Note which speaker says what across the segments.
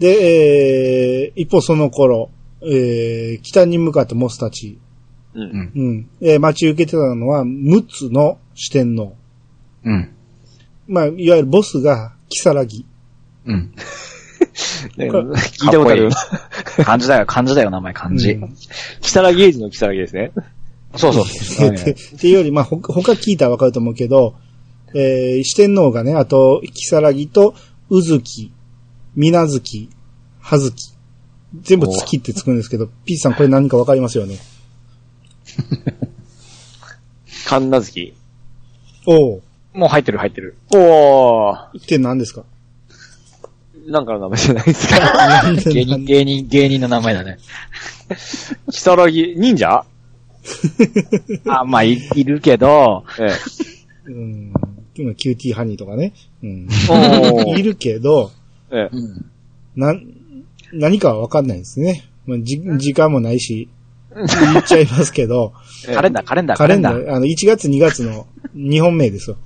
Speaker 1: で、えー、一方その頃、えー、北に向かってモスたち、
Speaker 2: う。
Speaker 3: うんん。
Speaker 1: うん、えー待ち受けてたのは、6つの四天王。
Speaker 3: うん。
Speaker 1: まあ、いわゆるボスが、キサラギ。
Speaker 3: うん。
Speaker 2: なんか聞いたことある。
Speaker 3: 漢字だよ、漢字だよ、名前、漢字。
Speaker 1: うん
Speaker 2: キサラゲージのキサラゲですね。
Speaker 3: そうそ うそう。
Speaker 1: ってっていうより、まあ、ほ他聞いたらわかると思うけど、えー、四天王がね、あと、キサラギと、うずき、みなずき、はずき。全部月ってつくんですけど、ピーチさんこれ何かわかりますよね。
Speaker 2: カンナズキ。
Speaker 1: おう。
Speaker 3: もう入ってる、入ってる。
Speaker 2: おー。
Speaker 1: って何ですか
Speaker 2: なんかの名前じゃないです か。
Speaker 1: なんで
Speaker 3: 芸人、芸人、芸人の名前だね。
Speaker 2: キサラギ、忍者
Speaker 3: あ、まあ、いいるけど、
Speaker 2: ええ。
Speaker 1: うん。今、キューティーハニーとかね。うん。
Speaker 2: お
Speaker 1: い
Speaker 2: ー。
Speaker 1: るけど、
Speaker 2: ええ。
Speaker 3: うん。
Speaker 1: なん、何かはわかんないですね。まあ、じ、時間もないし、言っちゃいますけど、
Speaker 3: カレンダー、カレンダー、
Speaker 1: カレンダ
Speaker 3: カレン
Speaker 1: ー、あの、1月2月の日本名ですよ。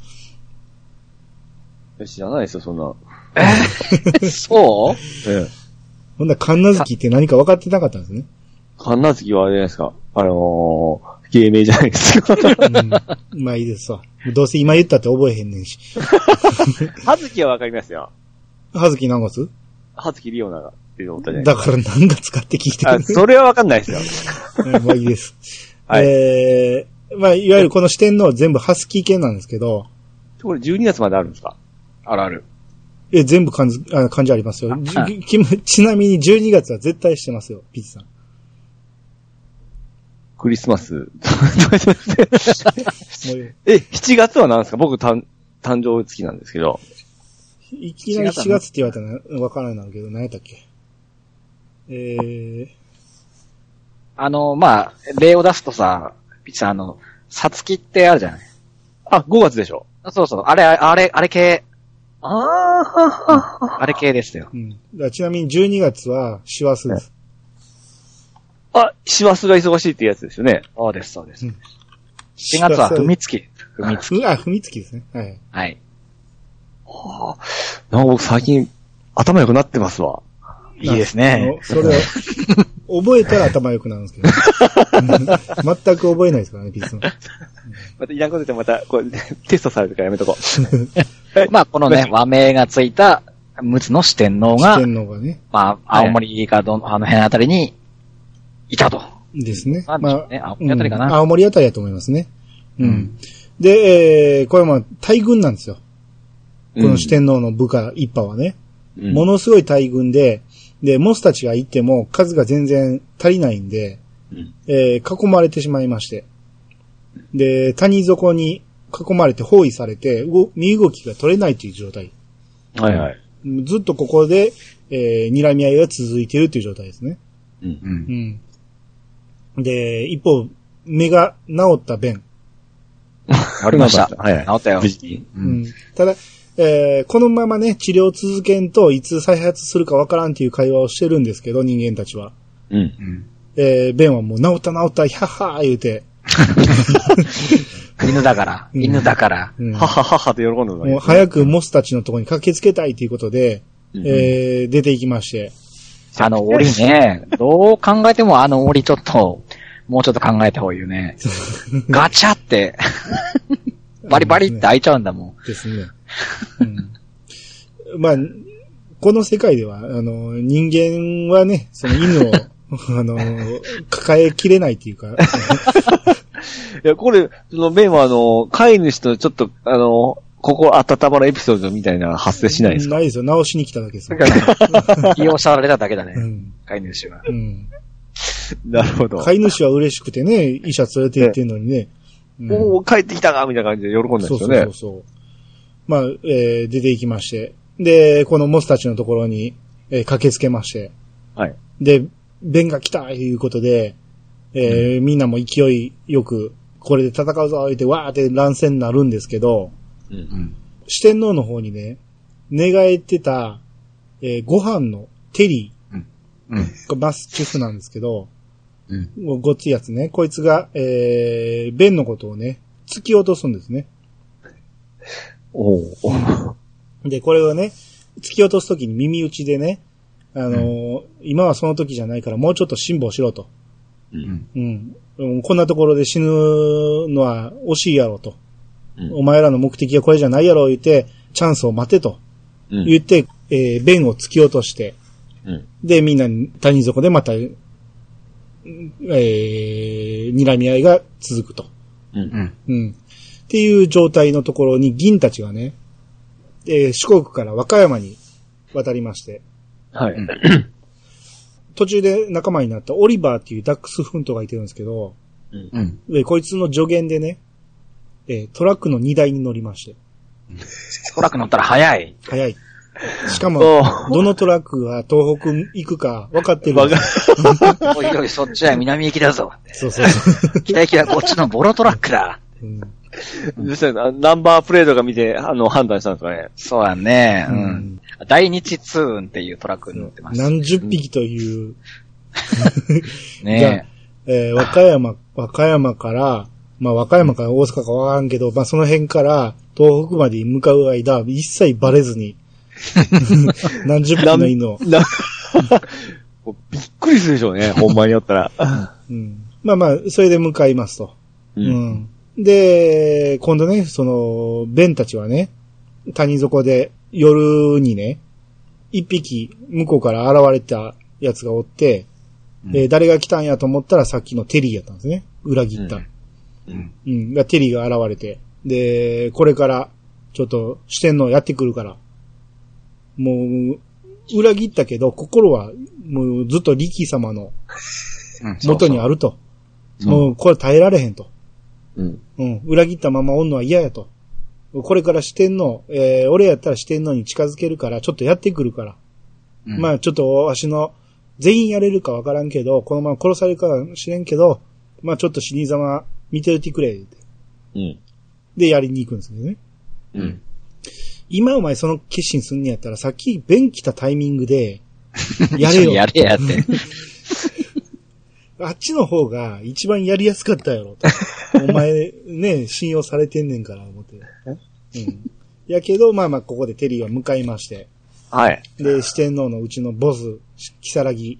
Speaker 2: え知らないですよ、そんな。
Speaker 3: ダー。そう
Speaker 2: ええ。
Speaker 1: ほんなら、神奈月って何か分かってなかったんですね。
Speaker 2: カンナズキはあれじゃないですか。あのー、芸名じゃない ですか。
Speaker 1: うん、まあいいですわ。どうせ今言ったって覚えへんねんし。
Speaker 2: はずきはわかりますよ。
Speaker 1: 葉月何月
Speaker 2: はずきリオナが。っていうのことじゃないで
Speaker 1: だから何月かって聞い
Speaker 2: す
Speaker 1: て
Speaker 2: か。あ、
Speaker 1: る。
Speaker 2: それはわかんないですよ。
Speaker 1: うんまあいいです。
Speaker 2: はい
Speaker 1: えー、まあいわゆるこの四天王は全部ハスキー系なんですけど、
Speaker 2: これ12月まであるんですか
Speaker 3: あるある。
Speaker 1: え全部漢字あ漢字ありますよ。
Speaker 3: あ
Speaker 1: じき ちなみに12月は絶対してますよ、ピッチ さん。
Speaker 2: クリスマス。
Speaker 1: もう
Speaker 2: え、7月は何ですか僕、誕、誕生月なんですけど。
Speaker 1: いきなり4月って言われたら分からんないけど、何やったっけえー、
Speaker 3: あの、まあ、例を出すとさ、ピッチさん、あの、さつきってあるじゃない
Speaker 2: あ、5月でしょ。
Speaker 3: あそうそう、あれ、あれ、あれ系、
Speaker 2: ああ、
Speaker 3: あれ系ですよ。
Speaker 1: うん。だからちなみに12月は師走です。
Speaker 2: あ、師走が忙しいってやつですよね。
Speaker 3: そうです、そうです。
Speaker 1: うん
Speaker 3: 4月は、
Speaker 1: ふ
Speaker 3: 踏
Speaker 1: み
Speaker 3: みつき。踏みつき。
Speaker 1: つき。あ、踏みつきですね。はい。
Speaker 3: はい。
Speaker 2: なんか僕最近、頭良くなってますわ。
Speaker 3: いいですね。
Speaker 1: あ のそれを、覚えたら頭良くなるんですけど。 全く覚えないですからね、ピースの。
Speaker 2: またいらんこと言ってまた、これ、 テストされるからやめとこう。
Speaker 3: まあ、このね、和名がついた、陸奥の四天王が
Speaker 1: 四、天王がね。
Speaker 3: まあ、青森かど、あの辺あたりに、いたと。
Speaker 1: ですね。
Speaker 3: なんでしょうね青森あたりかな
Speaker 1: うん青森あたりだと思いますね。うん。
Speaker 3: うん
Speaker 1: で、えー、これも大軍なんですよ。この四
Speaker 2: 点
Speaker 1: 天王の部下一派はね。も
Speaker 2: もの、
Speaker 1: のすごい大軍で、で、モスたちが行っても数が全然足りないんで、
Speaker 2: うん
Speaker 1: えー囲まれてしまいまして。で、谷底に囲まれて包囲されて、うご身動きが取れないという状態。
Speaker 2: はいはい。
Speaker 1: ずっとここで、えー睨み合いが続いているという状態ですね。
Speaker 2: うん
Speaker 3: うん。
Speaker 1: で、一方、目が治った弁。
Speaker 3: 治りました。
Speaker 2: はいはい
Speaker 3: 治ったよ。
Speaker 2: 無事に。
Speaker 3: う。
Speaker 1: うんんただ、えーこのままね、治療を続けんといつ再発するかわからんという会話をしてるんですけど、人間たちは。
Speaker 2: うん。
Speaker 3: うん
Speaker 1: えーベンはもう治った治った、ヒャッハー言うて、
Speaker 3: 犬だから。
Speaker 1: うん
Speaker 3: 犬だから。
Speaker 1: うん
Speaker 2: ははははと喜んでるの
Speaker 1: もう早くモスたちのところに駆けつけたいということで、えー出ていきまして、
Speaker 3: あの、檻ね、どう考えてもあの檻ちょっと、もうちょっと考えた方がいいよね。ガチャって、バリバリって開いちゃうんだもん。
Speaker 1: ですね。うん、 まあ、この世界では、あの、人間はね、その犬を、 あの、抱えきれないというか、
Speaker 2: いや、これ、その、ベンはあの、飼い主とちょっと、あの、ここ温まるエピソードみたいなの発生しないですか
Speaker 1: ないですよ。直しに来ただけですよ。
Speaker 3: 利用されただけだ
Speaker 1: う
Speaker 3: ね、
Speaker 1: ん。
Speaker 3: 飼い主は。
Speaker 1: うん。
Speaker 2: なるほど。
Speaker 1: 飼い主は嬉しくてね、医者連れて行ってんのにね。うん
Speaker 2: おお帰ってきたなみたいな感じで喜んだんで
Speaker 1: そうそ
Speaker 2: すよ
Speaker 1: う
Speaker 2: ね
Speaker 1: そう。そう。まあ、えー出ていきまして。で、このモスたちのところに、えー駆けつけまして。
Speaker 2: はい。
Speaker 1: で、弁が来たということで、えーみんなも勢いよく、これで戦うぞ言って、わーって乱戦になるんですけど、
Speaker 2: うん
Speaker 3: うん。
Speaker 1: 四天王の方にね、願えてた、えーご飯のテリ
Speaker 3: うん。
Speaker 1: ー、マスチェフなんですけど、
Speaker 3: うん。
Speaker 1: もうごっついやつね、こいつが、えー、弁のことをね、突き落とすんですね。
Speaker 2: おお
Speaker 1: で、これをね、突き落とすときに耳打ちでね、あの、今はその時じゃないからもうちょっと辛抱しろと。
Speaker 2: うん。
Speaker 1: うん。うんこんなところで死ぬのは惜しいやろと。
Speaker 2: うん
Speaker 1: お前らの目的はこれじゃないやろ言って、チャンスを待てと
Speaker 2: うん。
Speaker 1: 言って、えー弁を突き落として、
Speaker 2: うん。
Speaker 1: で、みんなに谷底でまた、うんえー、睨み合いが続くと。
Speaker 2: う。
Speaker 3: うんん。
Speaker 1: うん。っていう状態のところに銀たちがね、えー四国から和歌山に渡りまして、
Speaker 2: は
Speaker 3: う
Speaker 2: い
Speaker 3: ん。
Speaker 1: 途中で仲間になったオリバーっていうダックスフントがいてるんですけど、
Speaker 3: うん。
Speaker 1: でこいつの助言でね、えートラックの荷台に乗りまして、
Speaker 3: トラック乗ったら早い。
Speaker 1: 早い。しかも、
Speaker 2: お
Speaker 1: どのトラックが東北行くか分かってる。
Speaker 2: わか
Speaker 3: おいおい、そっちは南行きだぞ。
Speaker 1: そうそうそう。
Speaker 3: 北行きはこっちのボロトラックだ。
Speaker 1: うん
Speaker 2: どうしたのあナンバープレートが見て、あの、判断したんですかね。
Speaker 3: そうだね。う。
Speaker 1: うん
Speaker 3: 大日通運っていうトラックに乗ってまし
Speaker 1: 何十匹という、
Speaker 3: た。ね
Speaker 1: えー和歌山、和歌山から、まあ和歌山から大阪かわからんけど、まあその辺から東北まで向かう間、一切バレずに、何十匹の犬を。
Speaker 2: なもうびっくりするでしょうね、ほんまにやったら。
Speaker 1: うん、まあまあ、それで向かいますと。
Speaker 2: う。
Speaker 1: うんん。で、今度ね、その、ベンたちはね、谷底で夜にね、一匹向こうから現れたやつがおって、
Speaker 3: うん
Speaker 1: えー誰が来たんやと思ったらさっきのテリーやったんですね。裏切った。
Speaker 2: うんうん。
Speaker 1: うん。が、テリーが現れて。で、これから、ちょっと、四天王やってくるから。もう、裏切ったけど、心は、もうずっと力様の
Speaker 3: うん
Speaker 1: 元にあ
Speaker 3: る。
Speaker 1: ると。
Speaker 2: そう
Speaker 1: もう、これ耐えられへんと。
Speaker 2: うん。
Speaker 1: うん。裏切ったままおんのは嫌やと。これから四天王、えー、俺やったら四天王に近づけるから、ちょっとやってくるから。
Speaker 3: うん
Speaker 1: まあ、ちょっと、わしの、全員やれるかわからんけど、このまま殺されるかもしれんけど、まあ、ちょっと死に様見ておいてくれ。
Speaker 2: うん。
Speaker 1: で、やりに行くんですよね。
Speaker 2: うん。
Speaker 1: 今お前その決心すんねやったら、さっき弁来たタイミング で、や
Speaker 3: 一
Speaker 1: れ
Speaker 3: 緒
Speaker 1: よ
Speaker 3: に。 やれやって。
Speaker 1: あっちの方が一番やりやすかったや ろと。お前ね、信用されてんねんから、思って。うん。やけど、まあまあ、ここでテリーは向かいまして。
Speaker 2: はい。
Speaker 1: で、四天王のうちのボス、キサラギ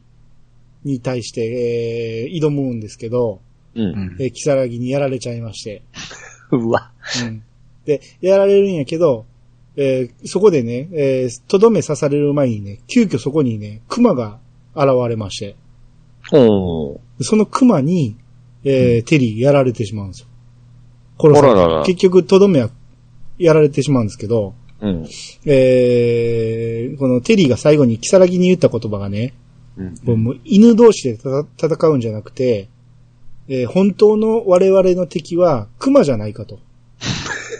Speaker 1: に対して、えー、挑むんですけど、
Speaker 2: う。
Speaker 3: うん ん
Speaker 1: えー、キサラギにやられちゃいまして。
Speaker 2: うわ。
Speaker 1: うん。で、やられるんやけど、えーそこでね、えーとどめ刺される前にね、急遽そこにね、熊が現れまして、
Speaker 2: おー
Speaker 1: その熊に、えーテリーやられてしまうんですよ。殺され
Speaker 2: あららら
Speaker 1: 結局、とどめはやられてしまうんですけど、
Speaker 2: うん。
Speaker 1: えーこのテリーが最後に、キサラギに言った言葉がね、
Speaker 2: うん。
Speaker 1: こうもう犬同士でたた戦うんじゃなくて、えー本当の我々の敵は熊じゃないか と。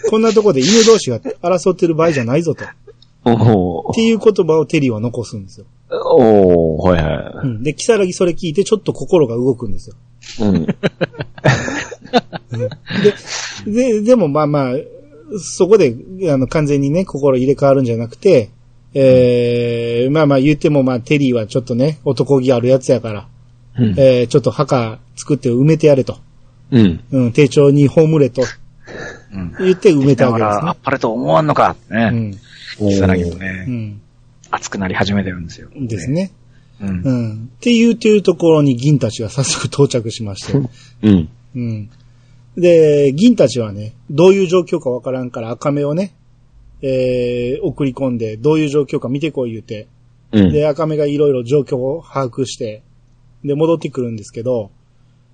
Speaker 1: こんなとこで犬同士が争ってる場合じゃないぞと。っ
Speaker 2: お
Speaker 1: て
Speaker 2: ー
Speaker 1: いう言葉をテリーは残すんですよ。
Speaker 2: おーはいは
Speaker 1: うん、で、キサラギそれ聞いてちょっと心が動くんですよ。
Speaker 2: い。うん。
Speaker 1: で、でもまあまあ、そこで、あの、完全にね、心入れ替わるんじゃなくて、えーまあまあ言ってもまあ、テリーはちょっとね、男気あるやつやから、
Speaker 2: うん
Speaker 1: えーちょっと墓作って埋めてやれと。
Speaker 2: うん。
Speaker 1: うん、丁重に葬れと
Speaker 3: うん。
Speaker 1: 言って埋めた
Speaker 3: だ
Speaker 1: わ
Speaker 3: か
Speaker 1: け
Speaker 3: ら、あっぱれと思わんのかってね。
Speaker 1: ですね。
Speaker 3: 木更木も
Speaker 1: う
Speaker 3: ね、
Speaker 1: ん。
Speaker 3: 熱くなり始めてるんですよ。
Speaker 1: うん。です。ね。
Speaker 3: うん
Speaker 1: う。ん。っていうというところに銀たちが早速到着しまして。
Speaker 2: うん。
Speaker 1: うん。で、銀たちはね、どういう状況かわからんから赤目をね、えー、送り込んで、どういう状況か見てこい言うて。
Speaker 2: うん。
Speaker 1: で、赤目がいろいろ状況を把握して、で、戻ってくるんですけど、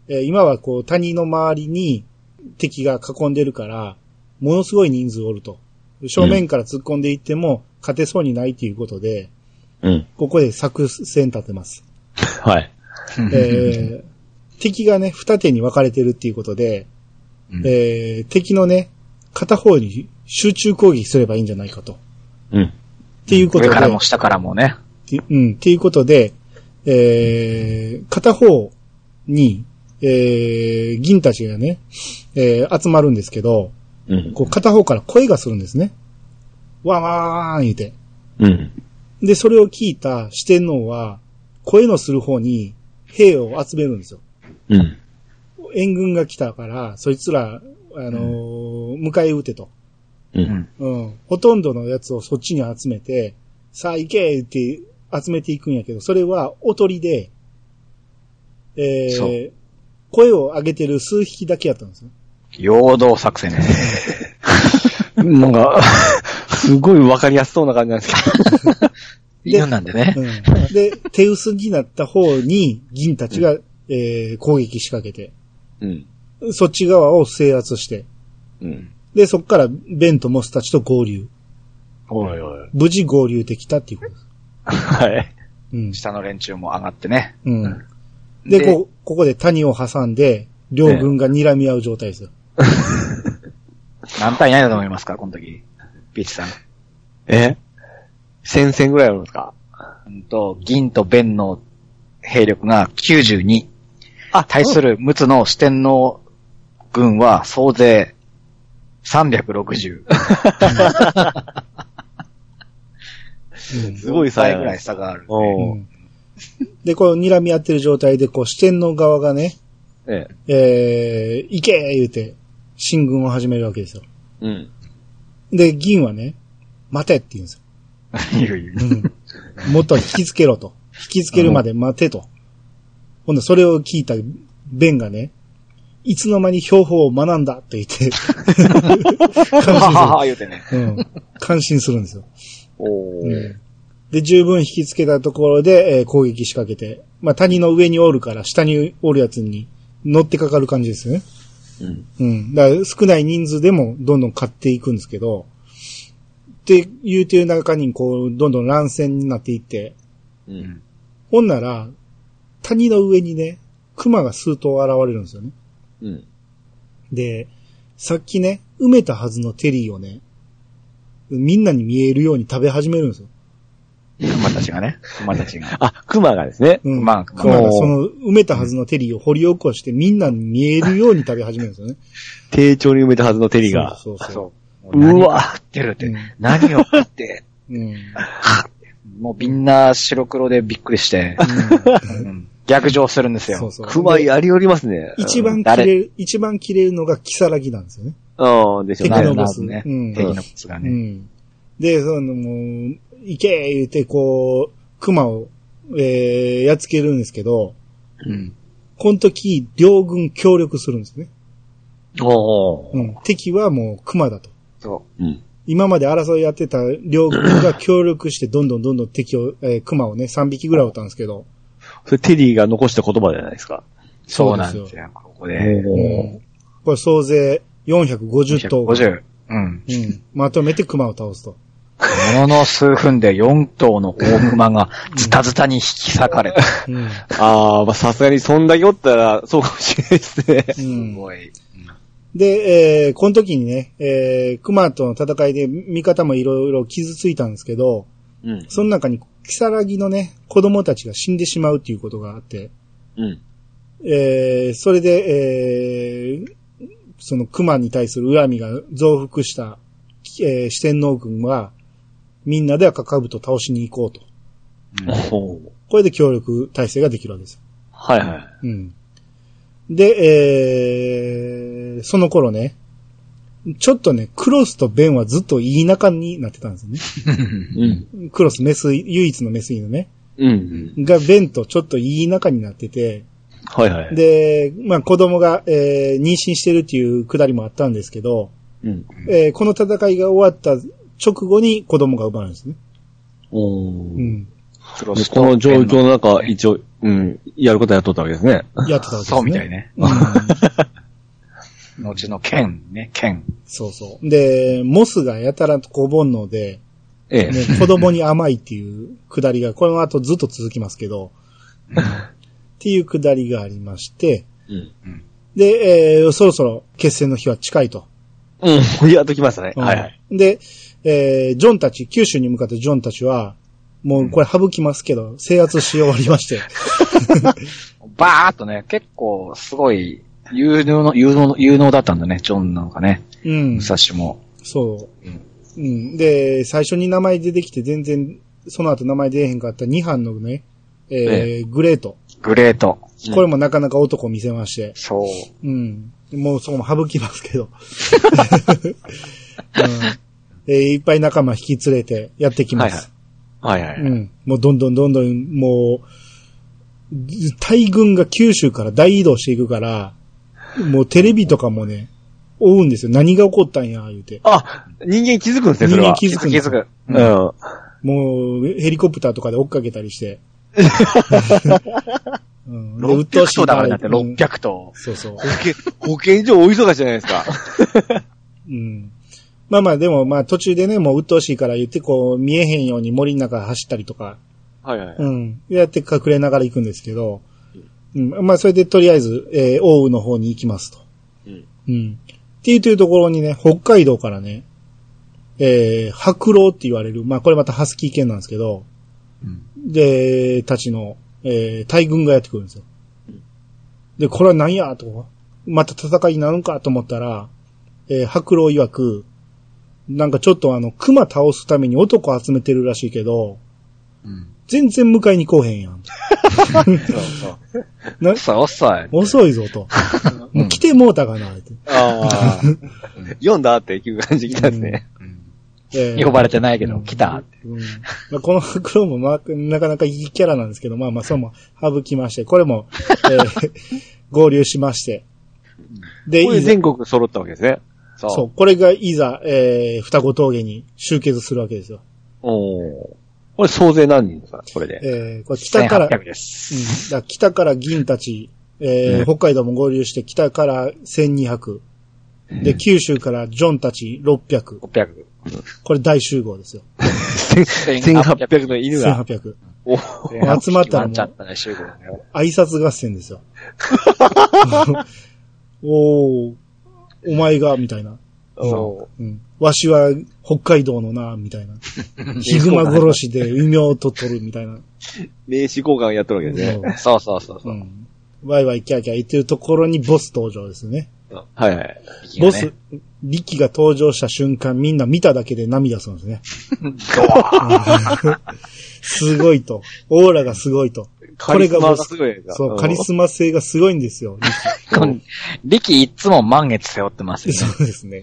Speaker 1: えー今はこう、谷の周りに敵が囲んでるから、ものすごい人数おると。正面から突っ込んでいっても、勝てそうにないということで、
Speaker 2: うん。
Speaker 1: ここで作戦立てます。
Speaker 2: はい。
Speaker 1: えー敵がね、二手に分かれてるっていうことで、
Speaker 3: うん
Speaker 1: えー敵のね、片方に集中攻撃すればいいんじゃないかと。っ
Speaker 2: うん。
Speaker 1: ていうこと
Speaker 3: 上
Speaker 1: で、
Speaker 3: からも下からもね。
Speaker 1: ってうん、っていうことで、えー、片方に、えー、銀たちがね、えー、集まるんですけど、
Speaker 2: うん。
Speaker 1: こう片方から声がするんですね。わーわーん言うて。
Speaker 2: うん。
Speaker 1: で、それを聞いた四天王は、声のする方に兵を集めるんですよ。
Speaker 2: うん。
Speaker 1: 援軍が来たから、そいつら、あのー迎え撃てと。
Speaker 2: う。
Speaker 3: うんん。
Speaker 1: うん。ほとんどのやつをそっちに集めて、さあ行けって集めていくんやけど、それはおとりで、え
Speaker 3: そ
Speaker 1: ー、声を上げてる数匹だけやったんですね。
Speaker 3: 陽動作戦です。
Speaker 2: なんか、すごいわかりやすそうな感じなんですけど。
Speaker 1: で
Speaker 3: 犬なんでね
Speaker 1: う。ん、で、 手薄になった方に銀たちが、えー、攻撃仕掛けて、
Speaker 2: うん。
Speaker 1: そっち側を制圧して、
Speaker 2: うん。
Speaker 1: で、そっからベンとモスたちと合流。
Speaker 3: おいおい。
Speaker 1: 無事合流できたっていうことです。
Speaker 2: はい。
Speaker 1: うん。
Speaker 3: 下の連中も上がってね。
Speaker 1: うん。で、
Speaker 3: で
Speaker 1: こう、ここで谷を挟んで、両軍が睨み合う状態ですよ。
Speaker 3: 何対何だと思いますか、この時。ピーチさん。
Speaker 2: え千戦ぐらいあるんですか
Speaker 3: うんと、銀と弁の兵力が92。
Speaker 2: あ
Speaker 3: 対する陸奥の四天王軍は総勢360。
Speaker 2: すごい差
Speaker 3: 倍
Speaker 2: や
Speaker 3: ぐ
Speaker 2: な
Speaker 3: らい差がある。
Speaker 1: うん
Speaker 2: おー
Speaker 1: うんで、こう、睨み合ってる状態で、こう、四天王側がね、
Speaker 2: ええ。
Speaker 1: えー、行けー言うて、進軍を始めるわけですよ。
Speaker 2: うん。
Speaker 1: で、銀はね、待てって言うんですよ。
Speaker 3: いるいる
Speaker 1: うん。もっと引きつけろと。引きつけるまで待てと。ほんで、それを聞いたベンがね、いつの間に標法を学んだって言って、感
Speaker 3: はは
Speaker 1: 心
Speaker 3: はは言うてね。
Speaker 1: する。うん。感心するんですよ。
Speaker 2: お
Speaker 1: う
Speaker 2: ー
Speaker 1: んで、十分引きつけたところで、えー攻撃仕掛けて、まあ、谷の上におるから、下におるやつに乗ってかかる感じですよね。
Speaker 2: うん。
Speaker 1: うん。だから少ない人数でもどんどん買っていくんですけど、って言うてる中に、こう、どんどん乱戦になっていって、
Speaker 2: うん。
Speaker 1: ほんなら、谷の上にね、熊が数頭現れるんですよね。
Speaker 2: うん。
Speaker 1: で、さっきね、埋めたはずのテリーをね、みんなに見えるように食べ始めるんですよ。
Speaker 3: 馬たちがね。馬たちが。
Speaker 2: あ、熊がですね。
Speaker 1: うん。
Speaker 3: まあ
Speaker 1: 熊
Speaker 2: お
Speaker 1: が
Speaker 2: ー
Speaker 1: その埋めたはずのテリーを掘り起こしてみんなに見えるように食べ始めるんですよね。
Speaker 2: 丁重に埋めたはずのテリが。
Speaker 1: そうそうそう
Speaker 3: そう。も
Speaker 2: う
Speaker 3: 何を
Speaker 2: わ
Speaker 3: 食ってるって
Speaker 1: うん。
Speaker 3: 何を食って。
Speaker 1: う。うん。うん
Speaker 3: もうみんな白黒でびっくりして、うん逆上するんですよ。
Speaker 1: そうそう。
Speaker 2: 熊
Speaker 1: で
Speaker 2: やりよりますね。
Speaker 1: 一番切れ
Speaker 3: 誰
Speaker 1: る、一番切れるのがキサラギなんですよね。
Speaker 2: うん。うん、でしょう
Speaker 1: テク
Speaker 2: ね
Speaker 1: ノ。ボ
Speaker 3: な
Speaker 1: ス
Speaker 3: るね。
Speaker 1: うん
Speaker 3: 敵のボスが
Speaker 1: う
Speaker 3: ね。
Speaker 1: ん。で、その、もう、行け言うて、こう、熊を、えー、やっつけるんですけど、
Speaker 3: うん
Speaker 1: この時、両軍協力するんですね。
Speaker 2: おー
Speaker 1: うん。敵はもう熊だと。
Speaker 3: そう。
Speaker 2: うん。
Speaker 1: 今まで争いやってた両軍が協力して、どんどんどんどん敵を、えー、熊をね、3匹ぐらい撃ったんですけど、
Speaker 2: それテリーが残した言葉じゃないですか。
Speaker 3: そうなんですよ、ここで。
Speaker 1: うんこれ総勢450頭。
Speaker 3: 50。うん。
Speaker 1: うん。まとめて熊を倒す と。
Speaker 3: ものの数分で4頭の大熊がズタズタに引き裂かれた。す
Speaker 1: うん。
Speaker 2: ああ、まあさすがにそんだけおったら、そうかもしれないですね。
Speaker 1: うん。
Speaker 3: ごい。
Speaker 1: で、えー、この時にね、えー、熊との戦いで味方もいろいろ傷ついたんですけど、
Speaker 2: うん。
Speaker 1: その中に、キサラギのね、子供たちが死んでしまうっていうことがあって、
Speaker 2: うん。
Speaker 1: えー、それで、えー、その熊に対する恨みが増幅した、えー、四天王軍は、みんなで赤かぶと倒しに行こうと。
Speaker 2: おー
Speaker 1: これで協力体制ができるわけですよ。
Speaker 2: はいはい。
Speaker 1: うん。で、えー、その頃ね、ちょっとね、クロスとベンはずっといい仲になってたんです
Speaker 2: うん。
Speaker 1: ね。クロス、メス、唯一のメス犬ね。
Speaker 2: うん。
Speaker 1: が、ベンとちょっといい仲になってて、
Speaker 2: はいはい。
Speaker 1: で、まあ子供が、えー妊娠してるっていうくだりもあったんですけど、
Speaker 2: うん。
Speaker 1: えーこの戦いが終わった直後に子供が生まれるんですね。
Speaker 2: お
Speaker 1: う
Speaker 2: ー
Speaker 1: ん。
Speaker 3: クロ
Speaker 2: で
Speaker 3: スと
Speaker 2: この状況の中、一応、うん、やることはやっとったわけですね。
Speaker 1: やってたわけですね。
Speaker 3: そうみたいね。
Speaker 1: うん。
Speaker 3: 後の剣ね、剣。
Speaker 1: そうそう。で、モスがやたらと小煩悩で、
Speaker 2: ええ。
Speaker 1: ね、子供に甘いっていうくだりが、この後ずっと続きますけど、っていうくだりがありまして、
Speaker 2: うん。
Speaker 1: で、えーそろそろ決戦の日は近いと。
Speaker 2: うん。やっときましたね。
Speaker 1: うん
Speaker 2: はいはい。
Speaker 1: で、えージョンたち、九州に向かってジョンたちは、もうこれ省きますけど、制圧し終わりま して、
Speaker 3: バーっとね、結構すごい、有能の、有能の、有能だったんだね、ジョンなんかね。
Speaker 1: うん
Speaker 3: 武。蔵も。
Speaker 1: そう。うん。で、最初に名前出てきて全然、その後名前出えへんかった2班のね、えー
Speaker 2: え
Speaker 1: グレート。
Speaker 3: グレート。
Speaker 2: うん
Speaker 1: これもなかなか男見せまして。
Speaker 3: そう。
Speaker 1: うん。もうそこも省きます けど。 うんえーいっぱい仲間引き連れてやってきます。
Speaker 2: はいはいうはい。
Speaker 1: ん。もうどんどんどんどん、もう、大軍が九州から大移動していくから、もうテレビとかもね、追うんですよ。何が起こったんや、言うて。
Speaker 2: あ、人間気づくんですね、それは。
Speaker 1: 人間気づくん
Speaker 2: 気
Speaker 1: で
Speaker 2: づ
Speaker 1: す
Speaker 2: く
Speaker 1: よ。
Speaker 2: うん。は
Speaker 1: もう、ヘリコプターとかで追っかけたり して。うんで鬱陶
Speaker 3: 600
Speaker 1: しいか
Speaker 3: 頭だ
Speaker 1: ら
Speaker 3: からだって
Speaker 1: うん
Speaker 3: 600頭。
Speaker 1: そうそう。
Speaker 2: い保健、保健所大忙しじゃない ですか。
Speaker 1: うん。まあまあ、でもまあ途中でね、もう鬱陶しいから言って、こう、見えへんように森の中走ったりとか、
Speaker 2: はいはい。
Speaker 1: うん。やって隠れながら行くんですけど、うん。まあ、それでとりあえず、えー、奥羽の方に行きますと。
Speaker 2: うん。
Speaker 1: うん。っていうというところにね、北海道からね、えー、白狼って言われる、まあ、これまたハスキー犬なんですけど、
Speaker 3: うん
Speaker 1: で、たちの、えー、大軍がやってくるんですよ。で、これは何やと、また戦いになるんかと思ったら、えー、白狼曰く、なんかちょっとあの、熊倒すために男集めてるらしいけど、
Speaker 3: うん。
Speaker 1: 全然迎えに来おへんやん。
Speaker 2: そうそう。
Speaker 1: な
Speaker 3: 遅い遅い。
Speaker 1: 遅いぞと。もう来てもうたかな、って。
Speaker 2: ああ。読んだっていう感じで来たんですね。
Speaker 1: えー
Speaker 3: 呼ばれてないけど、来た。
Speaker 1: うんまあ、この白狼も、まあ、なかなかいいキャラなんですけど、まあまあ、それも省きまして、これも、えー合流しまして。で、
Speaker 2: これ
Speaker 1: いざ
Speaker 2: 全国揃ったわけですね。そ
Speaker 1: そう、これがいざ、えー、双子峠に集結するわけですよ。
Speaker 2: う。おーこれ総勢何人ですかこれで。
Speaker 1: えー、これ北から、
Speaker 3: 1800で
Speaker 1: うん、
Speaker 3: す。
Speaker 1: だから北から銀たち、えー
Speaker 2: うん
Speaker 1: 北海道も合流して、北から1200。で、九州からジョンたち600。
Speaker 3: 600。
Speaker 1: これ大集合ですよ。
Speaker 2: 1800の犬が。
Speaker 1: 1800。
Speaker 2: お
Speaker 1: 集まったらもう
Speaker 3: 集まっちゃったね、集合がよ
Speaker 1: 挨拶合戦 ですよ。おーお前が、みたいな。
Speaker 2: そ
Speaker 1: うん。わしは北海道のな、みた いな。ヒグマ殺しで異名を取る、みたいな。
Speaker 2: う。名刺交換やっとるわけですね。
Speaker 3: そうそうそう
Speaker 1: う
Speaker 3: そう。
Speaker 1: ん。ワイワイキャーキャー言ってるところにボス登場ですね。
Speaker 2: はいはい。
Speaker 1: ボス、リキが登場した瞬間、みんな見ただけで涙するんですね。 すごいと。オーラがすごいと。
Speaker 2: カリスマがすごい
Speaker 1: そう、カリスマ性がすごいんですよ。リ
Speaker 3: 力いつも満月背負ってます
Speaker 1: キ
Speaker 3: よね。
Speaker 1: そうですね。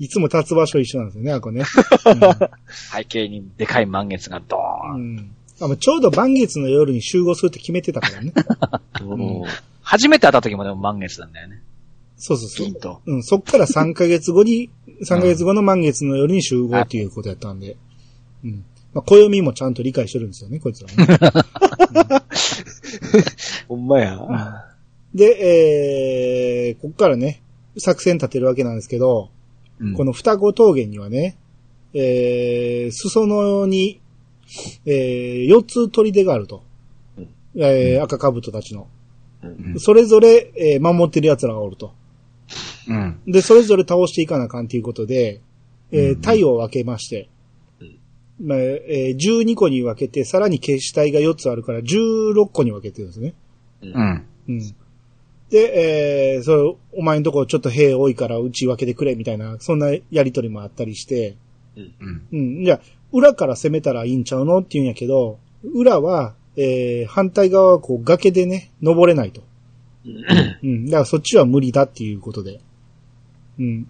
Speaker 1: いつも立つ場所一緒なんですよね、あこね。
Speaker 3: 背景にでかい満月がドー
Speaker 1: う
Speaker 3: ン。
Speaker 1: ん。あ、もうちょうど満月の夜に集合するって決めてたからね。
Speaker 2: マ。うん
Speaker 3: 初めて会った時もでも満月なんだよね。
Speaker 1: そうそうそ
Speaker 3: ピン
Speaker 1: う。
Speaker 3: と。
Speaker 1: うん、そっから3ヶ月後に、3ヶ月後の満月の夜に集合っていうことやったんで。うん。まあ、暦もちゃんと理解してるんですよね、こいつらね。
Speaker 2: ほんまや。
Speaker 1: で、えー、こっからね、作戦立てるわけなんですけど、
Speaker 3: うん
Speaker 1: この双子峠にはね、えー、裾野に、えー、4つ砦があると。
Speaker 2: うん
Speaker 1: えー、赤兜たちの。
Speaker 2: うん
Speaker 1: それぞれ、えー、守ってる奴らがおると。
Speaker 3: うん。
Speaker 1: で、それぞれ倒していかなあかんということで、え
Speaker 3: う
Speaker 1: ー、
Speaker 3: ん
Speaker 1: 隊を分けまして、
Speaker 2: うん
Speaker 1: まあえー12個に分けて、さらに消し隊が4つあるから、16個に分けてるんですね。
Speaker 3: うん。
Speaker 1: うん。で、えー、それ、お前のとこちょっと兵多いから、うち分けてくれ、みたいな、そんなやりとりもあったりして、
Speaker 3: うん。
Speaker 1: うん、じゃあ裏から攻めたらいいんちゃうのって言うんやけど、裏は、えー、反対側はこう崖でね、登れないと。うん。だからそっちは無理だっていうことで。うん。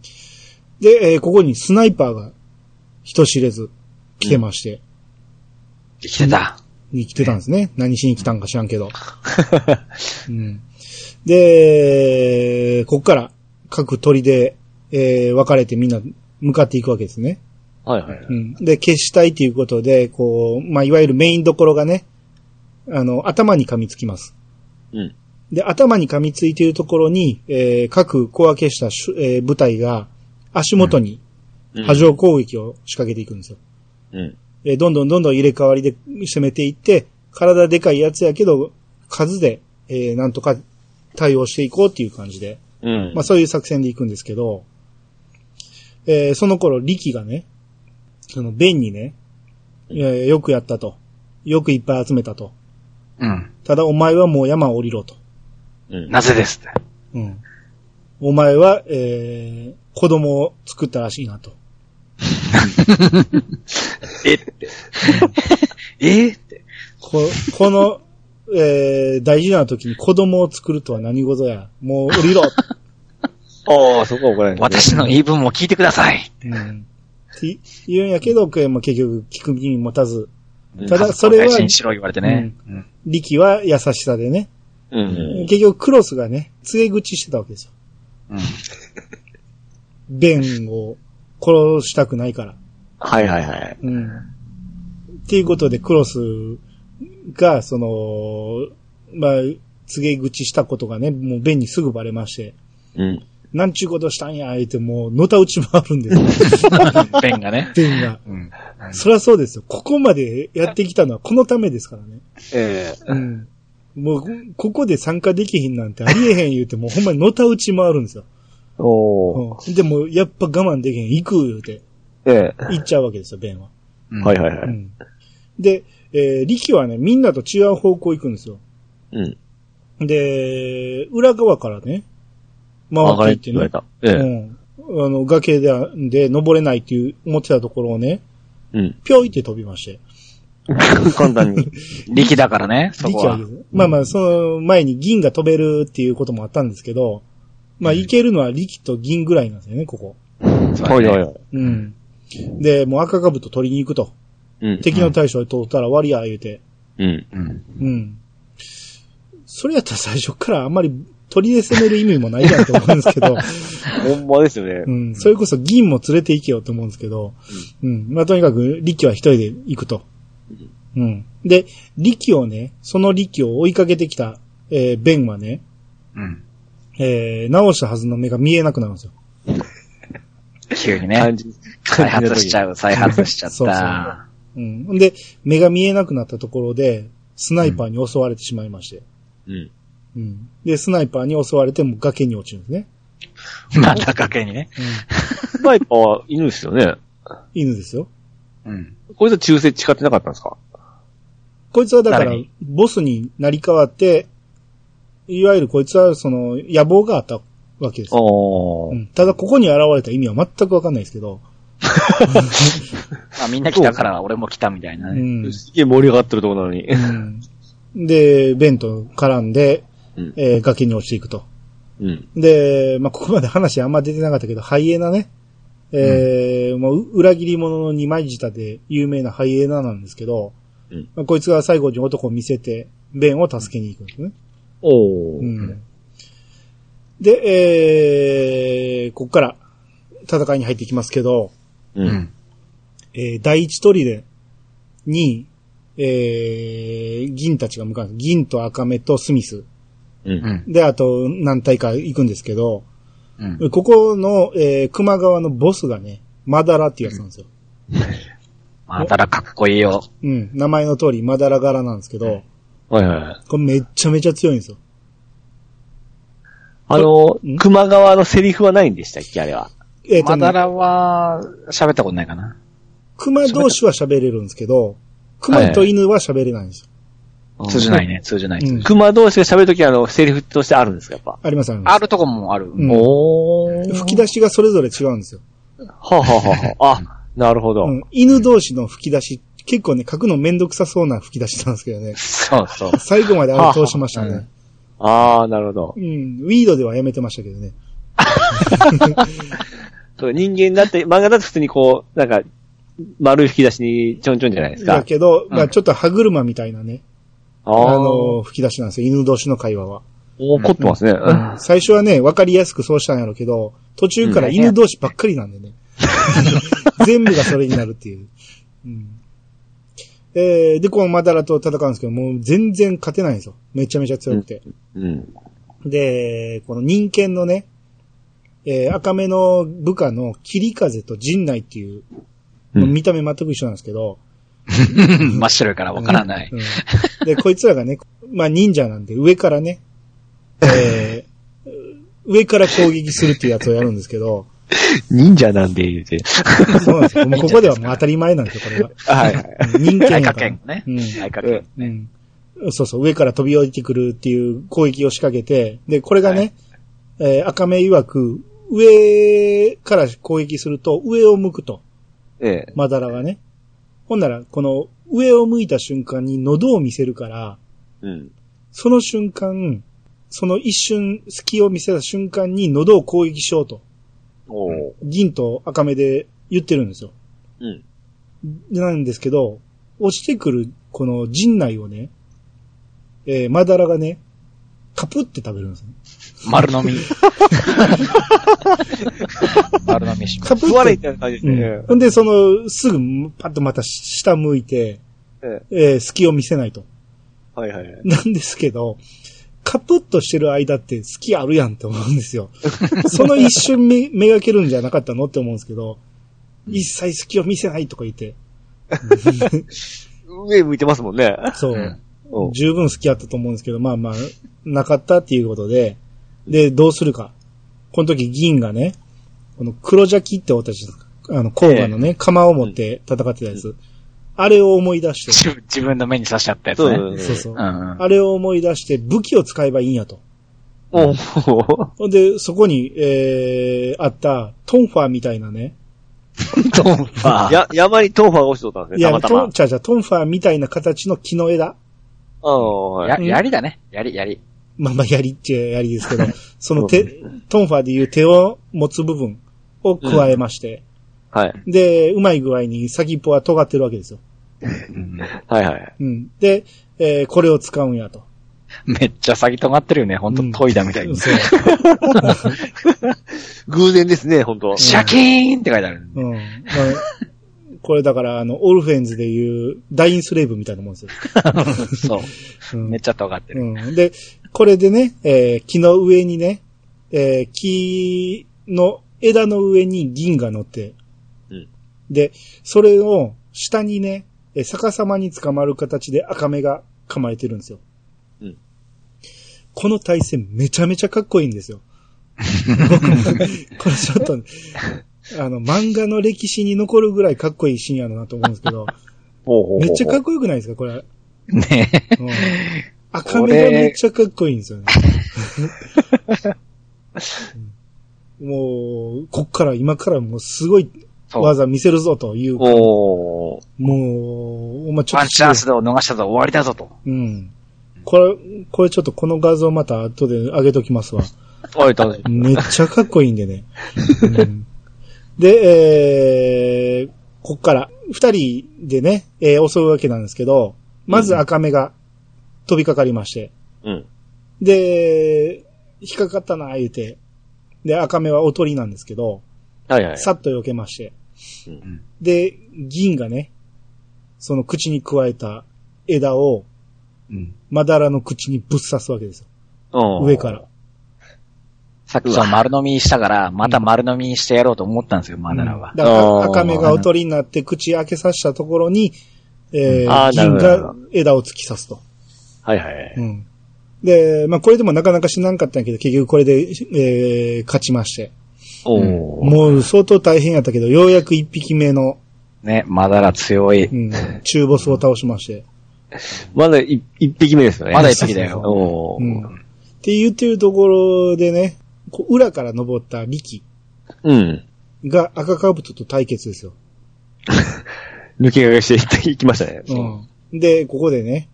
Speaker 1: で、えーここにスナイパーが人知れず来てまして、
Speaker 3: 生きてた。
Speaker 1: に来てたんですね。何しに来たんか知らんけ ど。うん。で、こっから各鳥で、えー分かれてみんな向かっていくわけですね。
Speaker 2: はいはい。
Speaker 1: うん。で、消したいということで、こう、まあ、いわゆるメインどころがね、あの、頭に噛みつきます。
Speaker 2: うん。
Speaker 1: で、頭に噛みついているところに、えー各小分けしたしゅ、えー部隊が足元に波状攻撃を仕掛けていくんですよ。
Speaker 2: うん。
Speaker 1: えーどんどんどんどん入れ替わりで攻めていって、体でかいやつやけど、数で、えーなんとか対応していこうっていう感じで、
Speaker 2: うん
Speaker 1: まあ。そういう作戦で行くんですけど、えーその頃、力がね、その、弁にね、えーよくやったと。よくいっぱい集めたと。
Speaker 3: うん。
Speaker 1: ただお前はもう山を降りろと。
Speaker 2: うん。
Speaker 3: なぜですって。
Speaker 1: うん。お前は、えー、子供を作ったらしいなと。
Speaker 3: えって。えって。
Speaker 1: ここの、えー、大事な時に子供を作るとは何事や。もう降りろ。
Speaker 2: ああ、そこは怒られない。
Speaker 3: 私の言い分も聞いてください。
Speaker 1: うん。って言うんやけど、これも結局聞く耳持たず、
Speaker 3: うん
Speaker 1: ただそれは
Speaker 3: 家族を大事にしろ言われてね。うん
Speaker 1: 力は優しさでね、
Speaker 2: うん。
Speaker 1: 結局クロスがね、告げ口してたわけですよ。
Speaker 3: うん
Speaker 1: ベンを殺したくないから。
Speaker 2: はいはいはい。
Speaker 1: うん。っていうことで、クロスが、その、まあ、告げ口したことがね、もうベンにすぐバレまして、
Speaker 2: うん。
Speaker 1: なんちゅうことしたんや、言ってもう、のたうち回るんですよ、
Speaker 3: ベンがね。
Speaker 1: ベンが。
Speaker 3: うん
Speaker 1: そりゃそうですよ。ここまでやってきたのはこのためですからね。
Speaker 2: え
Speaker 1: うん。もう、ここで参加できひんなんてありえへん言うて、もうほんまにのたうち回るんですよ。
Speaker 2: え。おー。
Speaker 1: うん。でも、やっぱ我慢できへん。行く言うて、
Speaker 2: え
Speaker 1: 行っちゃうわけですよ、ベンは。
Speaker 3: うん
Speaker 2: え。はいはいは
Speaker 1: う
Speaker 2: い。
Speaker 1: ん。で、えー、リキはね、みんなと違う方向行くんですよ。
Speaker 2: うん。
Speaker 1: で、裏側からね、
Speaker 2: 上が
Speaker 1: 回
Speaker 2: れ
Speaker 1: っ
Speaker 2: ってて
Speaker 1: いって
Speaker 2: 言わ
Speaker 1: ね
Speaker 2: れ。た。ええ。
Speaker 1: うん。あの、崖で、で、登れないっていう、思ってたところをね、
Speaker 2: うん。
Speaker 1: ぴょいって飛びまして。
Speaker 2: 簡単に。
Speaker 3: 力だからね、そ
Speaker 1: リ
Speaker 3: こ
Speaker 1: キは
Speaker 3: は
Speaker 1: ね。まあまあ、その前に銀が飛べるっていうこともあったんですけど、まあ、
Speaker 3: うん
Speaker 1: いけるのはリキと銀ぐらいなんですよね、ここ。
Speaker 3: そう
Speaker 2: はい
Speaker 3: だね
Speaker 2: はいはい。
Speaker 1: うん。で、もう赤兜取りに行くと。
Speaker 2: うん。
Speaker 1: 敵の大将に通ったら終わりや、言うて。
Speaker 2: うん。
Speaker 3: うん。
Speaker 1: うん。それやったら最初からあんまり鳥で攻める意味もないやんと思うんですけ ど、
Speaker 2: ほんまですよね
Speaker 1: う。ん。それこそ銀も連れて行けよと思うんですけど、うん。まあ、とにかく、力は一人で行くと。うん。で、力をね、その力を追いかけてきた、えー、ベンはね、
Speaker 3: うん。
Speaker 1: えー、直したはずの目が見えなくなるんですよ。
Speaker 3: 急にね
Speaker 2: 感。じ。
Speaker 3: 再発しちゃう、再発しちゃっ
Speaker 1: そうそう
Speaker 3: た。
Speaker 1: うん。んで、目が見えなくなったところで、スナイパーに襲われてしまいまして。
Speaker 2: うん。
Speaker 1: うん。で、スナイパーに襲われてもう崖に落ちるんですね。
Speaker 3: また崖にね。
Speaker 1: うん。
Speaker 2: スナイパーは犬ですよね。
Speaker 1: 犬ですよ。
Speaker 3: うん。
Speaker 2: こいつは忠誠誓ってなかったんですか
Speaker 1: こいつはだから
Speaker 3: 誰に、
Speaker 1: ボスになり変わって、いわゆるこいつはその、野望があったわけですよ。
Speaker 2: お
Speaker 1: う。ん、ただ、ここに現れた意味は全くわかんないですけど。
Speaker 3: まあみんな来たから俺も来たみたいな
Speaker 1: う
Speaker 3: ね。
Speaker 1: ん。
Speaker 2: すげえ盛り上がってるとこなのに。
Speaker 1: うんで、ベンと絡んで、
Speaker 2: うん
Speaker 1: えー崖に落ちていくと。
Speaker 2: うん。
Speaker 1: で、まあ、ここまで話あんま出てなかったけど、ハイエナね。えーもう、裏切り者の二枚舌で有名なハイエナなんですけど、
Speaker 2: うん
Speaker 1: まあ、こいつが最後に男を見せて、ベンを助けに行くんですね。
Speaker 2: お
Speaker 1: う
Speaker 2: ー。
Speaker 1: ん。で、えー、こっから戦いに入っていきますけど、
Speaker 2: う。
Speaker 3: うんん。
Speaker 1: えー、第一砦に、えー、銀たちが向かうんです。銀と赤目とスミス。
Speaker 2: う。
Speaker 3: うんん。
Speaker 1: で、あと何体か行くんですけど、
Speaker 3: うん。
Speaker 1: ここの、えー、熊川のボスがね、マダラっていうやつなんですよ。
Speaker 3: まあただかっこいいよ。
Speaker 1: うん。名前の通り、マダラ柄なんですけど、
Speaker 2: はいはいはい。
Speaker 1: これめっちゃめちゃ強いんですよ。
Speaker 2: あの
Speaker 1: ん、
Speaker 2: 熊川のセリフはないんでしたっけあれは。
Speaker 1: えっ、と
Speaker 3: ま
Speaker 1: ね
Speaker 3: だらは、喋ったことないかな。
Speaker 1: 熊同士は喋れるんですけど、熊と犬は喋れないんですよ。
Speaker 3: 通じないね、通じない。
Speaker 1: うん
Speaker 2: 熊同士が喋るときは、あの、セリフとしてあるんですか、やっぱ。
Speaker 1: ありますあります。
Speaker 3: あるとこもある。
Speaker 1: うん
Speaker 2: おー。
Speaker 1: 吹き出しがそれぞれ違うんですよ。
Speaker 2: はあ、はあはあはあ、あ、なるほど。
Speaker 1: うん、犬同士の吹き出し、結構ね、書くのめんどくさそうな吹き出しなんですけどね。
Speaker 3: そうそう。
Speaker 1: 最後まであれ通しました
Speaker 3: は
Speaker 1: ね
Speaker 3: い。
Speaker 2: ああ、なるほど
Speaker 1: う。ん。ウィードではやめてましたけどね。
Speaker 2: そう人間だって、漫画だと普通にこう、なんか、丸い吹き出しにちょんちょんじゃないです
Speaker 1: だ
Speaker 2: か。
Speaker 1: けど、
Speaker 3: うん
Speaker 1: まあちょっと歯車みたいなね、
Speaker 2: ああ
Speaker 1: あ
Speaker 2: ー、
Speaker 1: の、吹き出しなんですよ。犬同士の会話は。
Speaker 2: 怒ってますね。
Speaker 1: 最初はね、わかりやすくそうしたんやろうけど、途中から犬同士ばっかりなんでね。 全部がそれになるっていう。うんえーで、このマダラと戦うんですけど、もう全然勝てないんですよ。めちゃめちゃ強くて。
Speaker 2: うん。
Speaker 1: で、この人間のね、えー赤目の部下の霧風と陣内っていう、
Speaker 2: うん
Speaker 1: 見た目全く一緒なんですけど、
Speaker 3: 真っ白いからわからない。
Speaker 1: うんで、こいつらがね、 まあ忍者なんで上から ね、えー上から攻撃するっていうやつをやるんですけ ど、
Speaker 2: 忍者なんで言うて。
Speaker 1: そうなんですよ。もうここではもう当たり前なんですよ、これは。
Speaker 2: はいはい。
Speaker 1: 人間や
Speaker 3: 外
Speaker 1: か
Speaker 3: 科
Speaker 1: ら
Speaker 3: 圏。ね
Speaker 1: う。ん
Speaker 3: 外科圏。
Speaker 1: うんそうそう、上から飛び降りてくるっていう攻撃を仕掛けて、で、これがね、えー赤目曰く、上から攻撃すると、上を向くと、
Speaker 2: ええ。
Speaker 1: マダラがね。ほんなら、この、上を向いた瞬間に喉を見せるから、
Speaker 2: うん。
Speaker 1: その瞬間、その一瞬、隙を見せた瞬間に喉を攻撃しようと、
Speaker 2: おー
Speaker 1: 銀と赤目で言ってるんですよ。
Speaker 2: うん。
Speaker 1: なんですけど、落ちてくるこの陣内をね、えー、マダラがね、カプって食べるんですね。
Speaker 3: 丸飲み。丸飲みします。
Speaker 1: カプっ
Speaker 2: 食われみ
Speaker 1: て。
Speaker 2: たいな感じ
Speaker 1: う
Speaker 2: で。
Speaker 1: ん。ほんで、その、すぐ、パッとまた下向いて、
Speaker 2: ええ
Speaker 1: えー、隙を見せないと。
Speaker 2: はいはいはい。
Speaker 1: なんですけど、カプッとしてる間って好きあるやんって思うんです よ。その一瞬め、めがけるんじゃなかったのって思うんですけど、一切好きを見せないとか言って、
Speaker 2: 上向いてますもんね。
Speaker 1: そう、
Speaker 3: うん
Speaker 2: うん
Speaker 1: 十分好きあったと思うんですけど、まあまあ、なかったっていうことで、で、どうするか。この時銀がね、この黒ジャキって私、あの、甲賀のね、釜を持って戦ってたやつ、あれを思い出して、
Speaker 3: 自分自分の目に刺しちゃったやつ
Speaker 2: そう
Speaker 3: ね。
Speaker 2: そう
Speaker 1: そう
Speaker 2: そう。
Speaker 1: そう。
Speaker 3: うんうん。
Speaker 1: あれを思い出して、武器を使えばいいんやと。
Speaker 2: もう、も
Speaker 1: ほんで、そこに、えー、あった、トンファーみたいなね。
Speaker 3: ドンパ
Speaker 2: う、や、山にトーファーが落ちとったんで
Speaker 1: い
Speaker 2: すね、た
Speaker 1: や、
Speaker 2: また
Speaker 1: ト
Speaker 2: ま
Speaker 1: ン、。ちゃうちゃうトンファーみたいな形の木の枝。
Speaker 2: ああ、はい。
Speaker 3: や、槍だね。槍、槍。
Speaker 1: まあまあ、槍っちゃ槍です けど、その
Speaker 2: そう
Speaker 1: 手、トンファーでいう手を持つ部分を加えまして、
Speaker 2: はい。
Speaker 1: で、うまい具合に先っぽは尖ってるわけですよ。
Speaker 3: うん
Speaker 2: はいはい。
Speaker 1: うん。で、えーこれを使うんやと。
Speaker 3: めっちゃ詐欺止まってるよね。ほんと、トイだみたいに。
Speaker 1: そう。
Speaker 2: 偶然ですね、本当
Speaker 3: シャキーンって書いてある。
Speaker 1: うん。まあこれだから、あの、オルフェンズでいう、ダインスレイブみたいなもんですよ。
Speaker 3: そう。
Speaker 1: うん
Speaker 3: めっちゃ尖ってる。
Speaker 1: うん。で、これでね、えー木の上にね、えー木の枝の上に銀が乗って、
Speaker 2: うん
Speaker 1: で、それを下にね、えー逆さまに捕まる形で赤目が構えてるんですよ。
Speaker 2: うん
Speaker 1: この対戦めちゃめちゃかっこいいんですよ。僕これちょっと、あの、漫画の歴史に残るぐらいかっこいいシーンやろなと思うんですけど、
Speaker 2: ほうほうほう
Speaker 1: めっちゃかっこよくないですか、これ。
Speaker 3: ねえ
Speaker 1: うん赤目がめっちゃかっこいいんですよね。うんもう、こっから、今からもうすごい
Speaker 3: そう。
Speaker 1: 技見せるぞという、も
Speaker 2: おー。
Speaker 1: う、お前ちょ
Speaker 3: ワ
Speaker 1: っ
Speaker 3: ン
Speaker 1: と
Speaker 3: チャンスで逃したぞ、終わりだぞと。
Speaker 1: うん。これ、これちょっとこの画像また後で上げときますわ。
Speaker 2: あれ、楽しい。
Speaker 1: めっちゃかっこいいんでね。うんで、えー、こっから、二人でね、えー襲うわけなんですけど、まず赤目が飛びかかりまして、
Speaker 2: うん。
Speaker 1: で、引っかかったな、言うて。で、赤目はおとりなんですけど、
Speaker 2: はいはい。
Speaker 1: さっと避けまして。
Speaker 2: うん
Speaker 1: で、銀がね、その口に加えた枝を、
Speaker 3: うん。
Speaker 1: まだらの口にぶっ刺すわけですよ。上か。ら。
Speaker 3: さっきそう丸飲みしたから、また丸飲みしてやろうと思ったんですよ、マナラは
Speaker 1: うん。だから
Speaker 2: あー
Speaker 1: 赤目がおとりになって口開けさせたところに、えー
Speaker 2: あーな
Speaker 1: 銀
Speaker 2: るほどなるほ
Speaker 1: が枝を突き刺すと。
Speaker 2: はいはい。
Speaker 1: うん。で、まあこれでもなかなか死なんかったんやけど、結局これで、えー勝ちまして。
Speaker 2: おー。
Speaker 1: もう相当大変やったけど、ようやく一匹目の、
Speaker 3: ね、マナラ強い。
Speaker 1: うん、中ボスを倒しまして。
Speaker 2: まだい一匹目ですよね。
Speaker 3: まだ一匹だよ
Speaker 2: お
Speaker 1: うん。
Speaker 2: ー。
Speaker 1: って言ってるところでね、こう裏から登った力
Speaker 2: うん。
Speaker 1: が赤カブトと対決ですよ。
Speaker 2: 抜け駆けしていきましたね。
Speaker 1: うん。で、ここでね、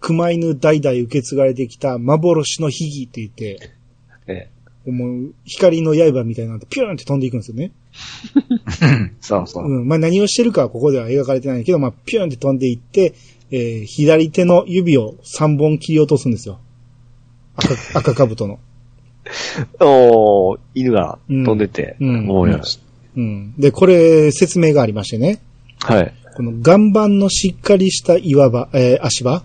Speaker 1: 熊犬代々受け継がれてきた幻の秘技って言って、
Speaker 2: え
Speaker 1: もう光の刃みたいなのってピューンって飛んでいくんですよね。
Speaker 3: そうそうう。
Speaker 1: ん。まあ何をしてるかはここでは描かれてないけど、まあピューンって飛んでいって、えー左手の指を3本切り落とすんですよ。赤、赤カブトの。
Speaker 2: おー、犬が飛んでて、
Speaker 1: うん
Speaker 2: もうやし
Speaker 1: うん。で、これ説明がありましてね。
Speaker 2: はい。
Speaker 1: この岩盤のしっかりした岩場、えー足場。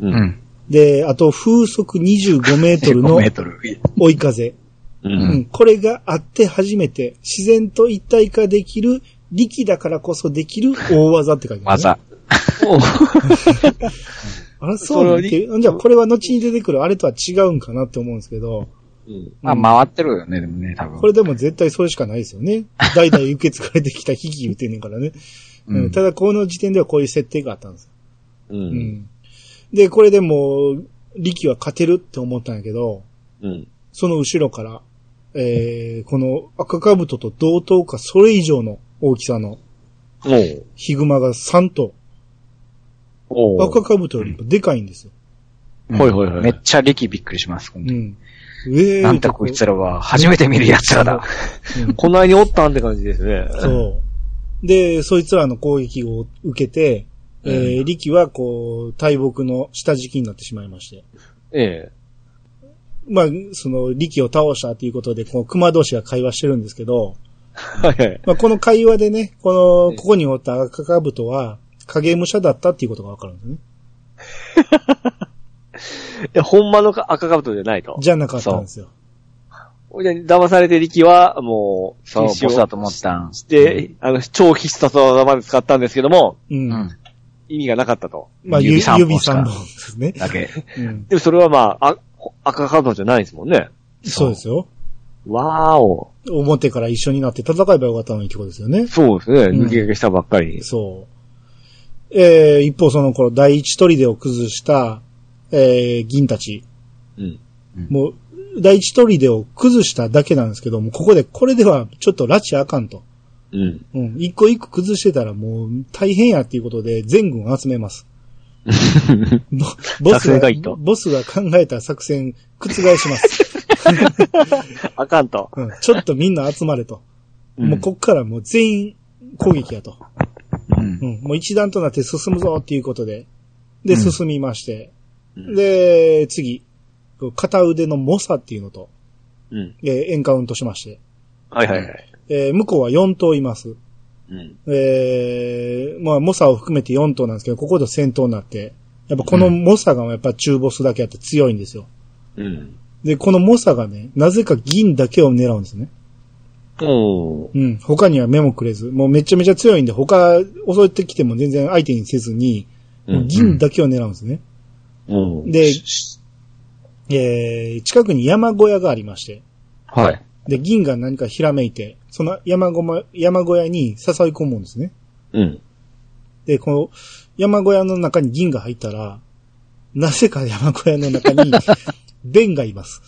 Speaker 2: う
Speaker 3: う。ん。
Speaker 1: で、あと風速25メートル
Speaker 3: 5
Speaker 1: の
Speaker 3: メートル。
Speaker 1: 追い風。
Speaker 2: う。
Speaker 1: うんん。これがあって初めて自然と一体化できる力だからこそできる大技って書いてある、ね。
Speaker 3: 技。
Speaker 2: おー
Speaker 1: あれそうなんてじゃあこれは後に出てくるあれとは違うんかなって思うんですけど、
Speaker 2: うん
Speaker 3: まあ、回ってるよね、でもね、多分。
Speaker 1: これでも絶対それしかないですよね。代々受け継がれてきた秘技言ってんねんからね。
Speaker 3: うん
Speaker 1: うん。ただこの時点ではこういう設定があったんです。う
Speaker 2: う。
Speaker 1: んん。で、これでもう、力は勝てるって思ったんやけど、
Speaker 2: うん。
Speaker 1: その後ろから、えー、この赤カブトと同等かそれ以上の大きさの
Speaker 2: おー。
Speaker 1: ヒグマが3頭、
Speaker 2: おー。
Speaker 1: 赤カブトよりもでかいんですよ。
Speaker 3: うん
Speaker 2: はいはいはい
Speaker 3: めっちゃ力びっくりします、
Speaker 1: う
Speaker 3: 今度
Speaker 1: ん。上
Speaker 3: なんだこいつらは、初めて見る奴らだ。
Speaker 1: うん
Speaker 2: こないにおったんって感じですね。
Speaker 1: そう。で、そいつらの攻撃を受けて、えー、リキはこう、大木の下敷きになってしまいまして。
Speaker 2: ええ。
Speaker 1: まあ、その、リキを倒したということで、こう、熊同士が会話してるんですけど、
Speaker 2: はいはい。
Speaker 1: まあ、この会話でね、こ
Speaker 2: え
Speaker 1: の、
Speaker 2: え
Speaker 1: ここにおった赤かぶとは、影武者だったっていうことがわかるんですね。
Speaker 2: え、ほんまのか赤カブトじゃないと。
Speaker 1: じゃなかったんですよ。
Speaker 2: ほいで騙されて力は、もう、
Speaker 3: そう、ボ
Speaker 2: 禁止
Speaker 3: スだと
Speaker 2: を
Speaker 3: 思ったん。
Speaker 2: して、あの、超必殺技まで使ったんですけども、
Speaker 1: う。
Speaker 3: うんん。
Speaker 2: 意味がなかったと。
Speaker 1: まあ、ゆ
Speaker 3: 指三本
Speaker 1: 指
Speaker 3: しか
Speaker 1: 三本ですね。
Speaker 3: だけ。
Speaker 1: うん。
Speaker 2: でもそれはまあ、あ赤カブトじゃないですもんね。
Speaker 1: そうですよ。
Speaker 2: わーお。
Speaker 1: 表から一緒になって戦えばよかったのにってことですよね。
Speaker 2: そうですね。
Speaker 1: うん
Speaker 2: 抜け駆けしたばっかり。
Speaker 1: そう。えー、一方その頃、第一砦を崩した、えー、銀たち。
Speaker 2: うん。
Speaker 1: もう、第一砦を崩しただけなんですけども、ここで、これではちょっと拉致あかんと。
Speaker 2: うん。
Speaker 1: うん。一個一個崩してたらもう大変やっていうことで全軍集めます。 ボボ
Speaker 2: 作
Speaker 1: ス
Speaker 2: 戦
Speaker 1: が
Speaker 2: 会議と、
Speaker 1: ボスが考えた作戦覆します、
Speaker 2: あかんと。
Speaker 1: うん。ちょっとみんな集まれと。
Speaker 3: うん
Speaker 1: もうこっからもう全員攻撃やと。
Speaker 3: うん
Speaker 1: う。ん。もう一段となって進むぞっていうことで。で、
Speaker 3: うん
Speaker 1: 進みまして。
Speaker 2: うん
Speaker 1: で、次。こう片腕の猛者っていうのと、
Speaker 2: うん。
Speaker 1: えーエンカウントしまして。
Speaker 2: はいはいはい。
Speaker 1: えー向こうは4頭います。
Speaker 2: うん。
Speaker 1: えー、まあ、モサを含めて4頭なんですけど、ここで戦闘になって、やっぱこの
Speaker 3: う
Speaker 1: モサがやっぱ中ボスだけあって強いんですよ。
Speaker 2: うん。
Speaker 1: で、このモサがね、なぜか銀だけを狙うんですね。
Speaker 2: おー
Speaker 1: うん。他には目もくれず、もうめちゃめちゃ強いんで、他襲ってきても全然相手にせずに、
Speaker 2: う。
Speaker 1: もうん銀だけを狙うんですね。
Speaker 2: うん。
Speaker 1: で、えー、近くに山小屋がありまして、
Speaker 3: はい。
Speaker 1: で、銀が何かひらめいて、その山ごま、山小屋に誘い込むんですね。
Speaker 2: うん。
Speaker 1: で、この山小屋の中に銀が入ったら、なぜか山小屋の中 に弁がいます。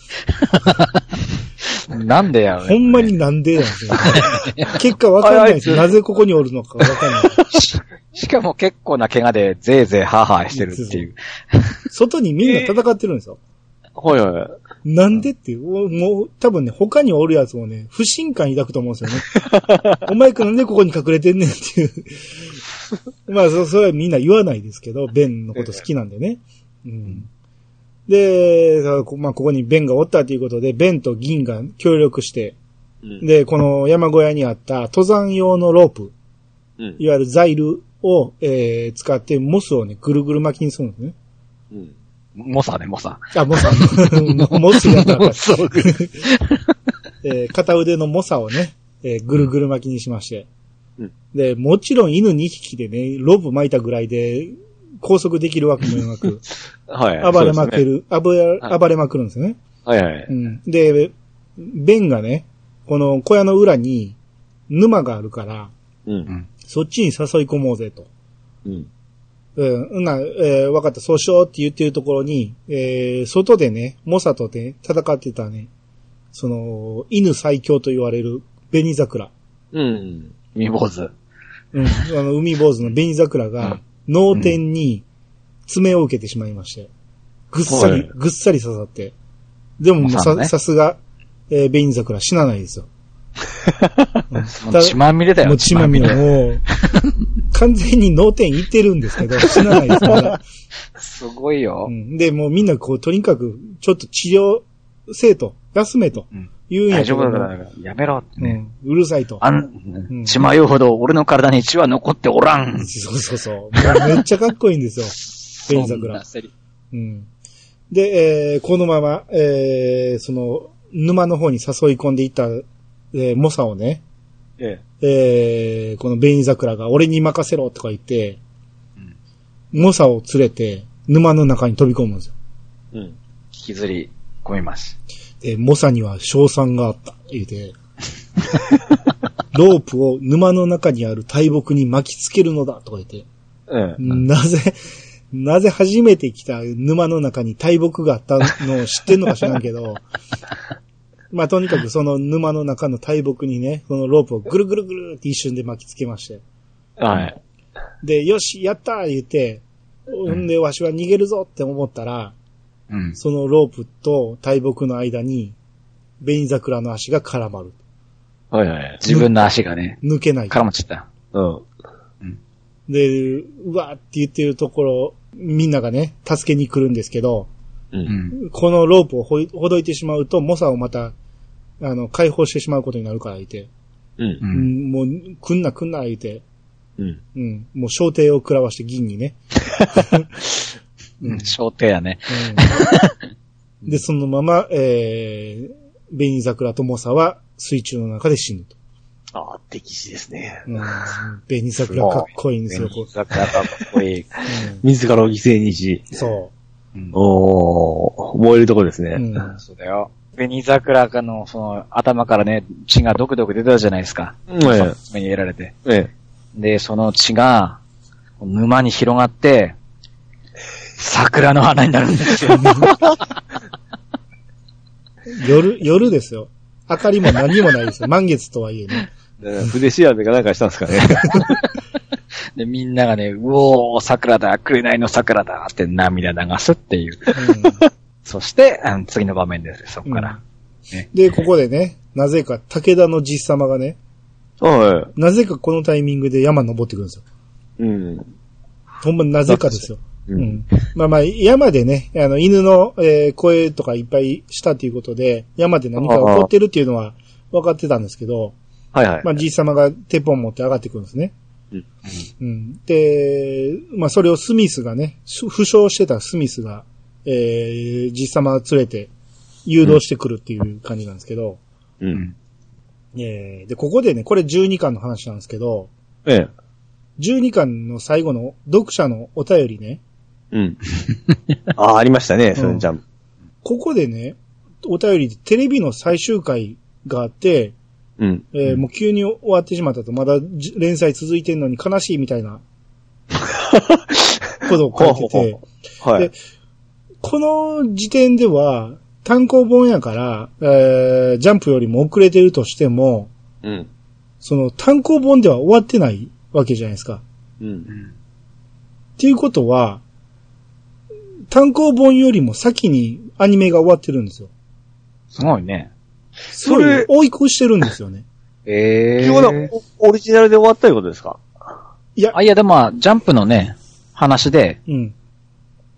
Speaker 3: なんでやろうね
Speaker 1: ほんまになんでなんです よ。結果わかんないですよ。なぜここにおるのかわかんない。
Speaker 3: しかも結構な怪我で、ぜいぜいハーハーしてるっていう。
Speaker 1: 外にみんな戦ってるんですよ。
Speaker 2: はいはいはい。
Speaker 1: なんでっていう、おもう多分ね、他におるやつもね、不信感抱くと思うんですよね。お前くんなんでここに隠れてんねんっていう。まあそ、それはみんな言わないですけど、ベンのこと好きなんでね。うん、で、さこまあ、ここにベンがおったということで、ベンと銀が協力して、
Speaker 2: うん。
Speaker 1: で、この山小屋にあった登山用のロープ、
Speaker 2: うん
Speaker 1: いわゆるザイルを、えー使ってモスをね、ぐるぐる巻きにするんですね。
Speaker 2: うん。
Speaker 3: モサね、モサ。
Speaker 1: あ、モ サ。モスやったらあかん
Speaker 3: そう
Speaker 1: えー片腕の猛者をね、えーぐるぐる巻きにしまして。
Speaker 2: うん
Speaker 1: で、もちろん犬2匹でね、ロープ巻いたぐらいで、拘束できるわけもな く、
Speaker 2: はい。
Speaker 1: 暴れまく
Speaker 2: そうですね。
Speaker 1: る、暴れ、
Speaker 2: はい
Speaker 1: 暴れまくるんですね。
Speaker 2: はいはい。
Speaker 1: うん。で、ベンがね、この小屋の裏に沼があるから、
Speaker 2: うん。
Speaker 1: そっちに誘い込もうぜと。
Speaker 2: うん。
Speaker 1: うん、んな、えーわかった、そうしようって言ってるところに、えー外でね、モサとね、戦ってたね、その、犬最強と言われる、紅桜。
Speaker 2: うん。
Speaker 3: ミボーズ。
Speaker 1: うん、あの、海坊主の紅桜が、脳天に爪を受けてしまいまして、ぐっさ
Speaker 2: は
Speaker 1: り、
Speaker 2: い
Speaker 1: ぐっさり刺さって。でももう
Speaker 3: まあ
Speaker 1: さ、
Speaker 3: ね
Speaker 1: さすが、えー、紅桜死なないですよ。うん
Speaker 3: もう血まみれだ
Speaker 1: も
Speaker 3: よ、
Speaker 1: う血まみれ、もう、完全に脳天いってるんですけど、死なないですから。
Speaker 3: すごいよ
Speaker 1: う。ん、で、もうみんなこう、とにかく、ちょっと治療せえと、休めと
Speaker 3: うん、
Speaker 1: 言うんや
Speaker 3: 大
Speaker 1: け
Speaker 3: 丈
Speaker 1: ど、
Speaker 3: 夫だから、やめろって
Speaker 1: う
Speaker 3: ね。
Speaker 1: ん、うるさいと。
Speaker 3: あ
Speaker 1: ん
Speaker 3: ん、血迷うほど俺の体に血は残っておらん。
Speaker 1: そうそうそう。もうめっちゃかっこいいん ですよ。紅桜。
Speaker 3: そんな
Speaker 1: うん。で、えーこのまま、えーその、沼の方に誘い込んでいった、えー、猛者をね、
Speaker 2: え
Speaker 1: えーこの紅桜が俺に任せろとか言って、猛者を連れて、沼の中に飛び込むんですよ。
Speaker 2: え。うん。
Speaker 3: 引きずり込みます。
Speaker 1: で、猛者には賞賛があった、言うて、 ロープを沼の中にある大木に巻きつけるのだとか言って、
Speaker 2: うん。
Speaker 1: なぜ、なぜ初めて来た沼の中に大木があったのを知ってんのか知らんけど、 まあとにかくその沼の中の大木にね、そのロープをぐるぐるぐるって一瞬で巻きつけまして。
Speaker 2: はい。
Speaker 1: で、よし、やったー言って、ほんで、わしは逃げるぞって思ったら、
Speaker 3: うん。
Speaker 1: そのロープと大木の間に、紅桜の足が絡まる。
Speaker 2: はいはい。
Speaker 3: 自分の足がね、
Speaker 1: 抜けない。
Speaker 3: 絡まっちゃった。
Speaker 2: うん。
Speaker 1: で、うわーって言ってるところ、みんながね、助けに来るんですけど、
Speaker 2: う。
Speaker 3: うんん。
Speaker 1: このロープをほいほどいてしまうと、モサをまた、あの、解放してしまうことになるから言って、
Speaker 2: うん
Speaker 3: う。。
Speaker 1: うんん、もう、来んな来んな言って、
Speaker 2: うん。
Speaker 1: うん、もう焦点を食らわして銀にね。うん
Speaker 3: 小手やね。
Speaker 1: うんで、そのまま、えー、ベニザクラとモサは水中の中で死ぬと。
Speaker 2: ああ、敵視ですね。
Speaker 1: うん、ベニザクラかっこいいんですよ、こう。
Speaker 2: だからかっこいい。
Speaker 1: う
Speaker 2: 自らを犠牲にし、
Speaker 1: ん、そ
Speaker 3: うん
Speaker 2: おー、燃えるとこですね。
Speaker 1: う。うん。
Speaker 3: そうだよ。紅桜がの、その、頭からね、血がドクドク出てたじゃないですか。
Speaker 2: うんえ
Speaker 3: 目に入れられて。
Speaker 2: え。え
Speaker 3: で、その血が、沼に広がって、桜の花になるんですよ。
Speaker 1: 夜、夜ですよ。明かりも何にもないですよ。満月とはいえね。
Speaker 2: え。筆シアでかなんかしたんです かね。
Speaker 3: で、みんながね、うおー、桜だ、紅の桜だって涙流すっていう。 そして、あの次の場面ですよ、そこから。
Speaker 1: うん、で、ここでね、なぜか武田の実様がね、
Speaker 2: は
Speaker 1: なぜかこのタイミングで山登ってくるんですよ。
Speaker 2: い。うん。
Speaker 1: ほんまなぜかですよ。
Speaker 2: う。
Speaker 1: うんん。まあまあ、山でね、あの、犬の、えー声とかいっぱいしたということで、山で何か起こってるっていうのは分かってたんですけど、
Speaker 2: はいはい。
Speaker 1: まあ、じいさまが鉄砲持って上がってくるんですね。
Speaker 2: うん
Speaker 1: うん。で、まあ、それをスミスがね、し負傷してたスミスが、えー、じいさまを連れて誘導してくるっていう感じなんですけど、
Speaker 2: うん。
Speaker 1: えー、で、ここでね、これ12巻の話なんですけど、
Speaker 2: ええ。
Speaker 1: 12巻の最後の読者のお便りね、
Speaker 2: うん。ああ、ありましたね、そのジャンプ。
Speaker 1: ここでね、お便りでテレビの最終回があって、
Speaker 2: うん。
Speaker 1: えーもう急に終わってしまったと、まだじ連載続いてんのに悲しいみたい な、ことを書いて
Speaker 2: ほうほう
Speaker 1: て
Speaker 2: ほ、はい
Speaker 1: で。この時点では、単行本やから、えージャンプよりも遅れてるとしても、
Speaker 2: うん。
Speaker 1: その単行本では終わってないわけじゃないですか。
Speaker 2: うん。
Speaker 1: っていうことは、単行本よりも先にアニメが終わってるんですよ。
Speaker 3: すごいね。
Speaker 1: それ、追い越してるんですよね。
Speaker 3: え
Speaker 2: 基本はオリジナルで終わったいうことですか
Speaker 1: いや、
Speaker 3: あ、いや、でもまあ、ジャンプのね、話で、
Speaker 1: うん。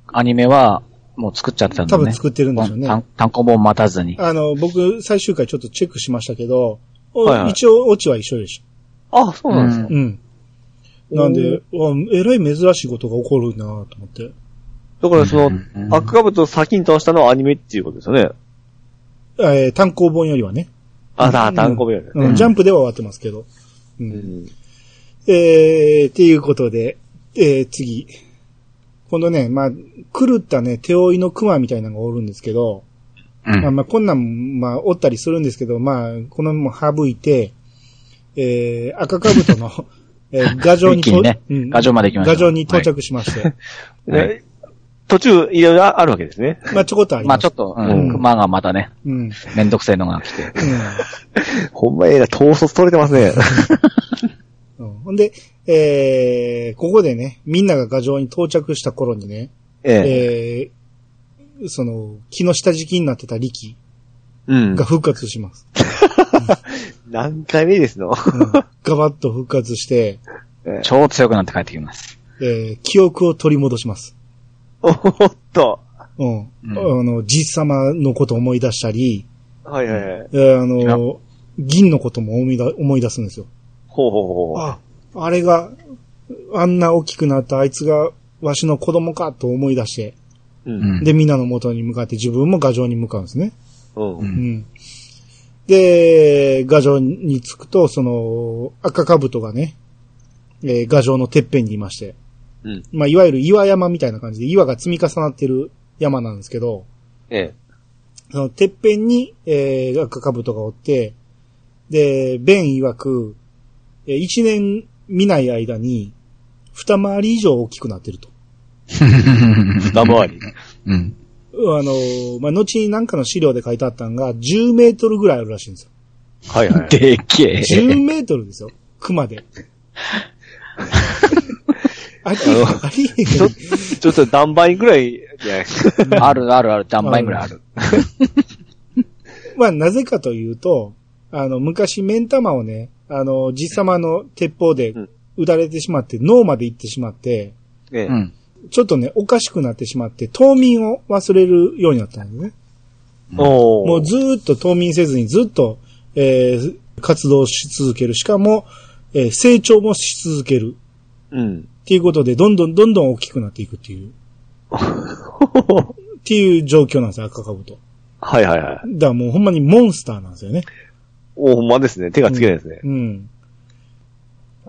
Speaker 3: アニメは、もう作っちゃってたんだ
Speaker 1: 多
Speaker 3: ね。
Speaker 1: 分作ってるんでしょうね。
Speaker 3: 単単行本待たずに。
Speaker 1: あの、僕、最終回ちょっとチェックしましたけど、お
Speaker 2: はいはい
Speaker 1: 一応、オチは一緒でし
Speaker 2: あ、そうなんです
Speaker 1: た。
Speaker 2: か
Speaker 1: うん。なんで、わえらい珍しいことが起こるなと思って。
Speaker 2: だからその、
Speaker 3: うんうんうん
Speaker 2: アックカブトを先に倒したのはアニメっていうことですよね。
Speaker 1: えー単行本よりはね。
Speaker 2: あ、だ、単行本より
Speaker 1: う
Speaker 2: ね。
Speaker 1: ん、
Speaker 3: うん
Speaker 1: ジャンプでは終わってますけど。うん。
Speaker 2: うん。
Speaker 1: えー、っていうことで、えー、次。このね、まあ、狂ったね、手負いの熊みたいなのがおるんですけど、
Speaker 3: う
Speaker 1: まあ、
Speaker 3: ん。
Speaker 1: まあ、こんなん、まあ、おったりするんですけど、まあ、このも省いて、えー、赤かぶと の、えー、画像に
Speaker 3: 一気にね
Speaker 1: うん
Speaker 3: 画像まで行きました
Speaker 1: 画像に到着しまして。
Speaker 3: はい
Speaker 2: ね途中、いろいろあるわけですね。
Speaker 1: まあ、ちょこっとあり
Speaker 3: ま
Speaker 1: ま
Speaker 3: あ
Speaker 1: す。
Speaker 3: ちょっと、う
Speaker 1: うん
Speaker 3: ん、熊がまたね、
Speaker 1: うん。うん。
Speaker 3: めんどくせえのが来て。
Speaker 2: ほんまええな、統率取れてますね。
Speaker 1: うんほんで、えー、ここでね、みんなが画像に到着した頃にね、
Speaker 2: ええ。
Speaker 1: えー、その、木の下敷きになってた力
Speaker 2: うん
Speaker 1: が。復活します。
Speaker 2: 何回目ですの
Speaker 1: う んガバッと復活して、
Speaker 3: 超強くなって帰ってきます。
Speaker 1: えー、記憶を取り戻します。
Speaker 2: おっと。
Speaker 1: うん。
Speaker 3: うん
Speaker 1: あの、じっさまのこと思い出したり、
Speaker 2: はいはいはい。
Speaker 1: えーあ
Speaker 3: いや
Speaker 1: の、銀のことも思いだ思い出すんですよ。
Speaker 2: ほうほうほう。
Speaker 1: あ、あれが、あんな大きくなったあいつが、わしの子供かと思い出して、
Speaker 2: う。
Speaker 3: うんん。
Speaker 1: で、みんなの元に向かって自分も牙城に向かうんですね。
Speaker 2: う。
Speaker 3: うん、
Speaker 1: うんん。で、牙城に着くと、その、赤兜がね、えー、牙城のてっぺんにいまして。
Speaker 2: うん
Speaker 1: まあ、いわゆる岩山みたいな感じで、岩が積み重なってる山なんですけど、
Speaker 2: ええ。
Speaker 1: その、てっぺんに、えー、赤兜がおって、で、ベン曰く、えー一年見ない間に、二回り以上大きくなってると。
Speaker 2: 二回り。
Speaker 3: うん。
Speaker 1: あのーまあ、後になんかの資料で書いてあったんが、10メートルぐらいあるらしいんですよ。
Speaker 2: はいはい。
Speaker 3: でけえ。
Speaker 1: 10メートルですよ。熊 で。ありえん、ありえ
Speaker 2: ちょ、ちょっと何倍ぐらいじゃないですか。
Speaker 3: あるあるある、何倍ぐらいある。
Speaker 1: ん。まあ、なぜかというと、あの、昔、目ん玉をね、あの、実様の鉄砲で
Speaker 2: うん
Speaker 1: 打たれてしまって、脳まで行ってしまって、
Speaker 2: ええ
Speaker 3: う。ん。
Speaker 1: ちょっとね、おかしくなってしまって、冬眠を忘れるようになったんですね。
Speaker 2: おー
Speaker 1: もうずーっと冬眠せずにずっと、えー活動し続ける。しかも、えー成長もし続ける。
Speaker 2: うん。
Speaker 1: っていうことで、どんどんどんどん大きくなっていくっていう、っていう状況なんですよ、赤カブと。
Speaker 2: はいはいは
Speaker 1: だ
Speaker 2: い。
Speaker 1: からもうほんまにモンスターなんですよね。
Speaker 2: おーほんまですね。手がつけないですね。
Speaker 1: うん。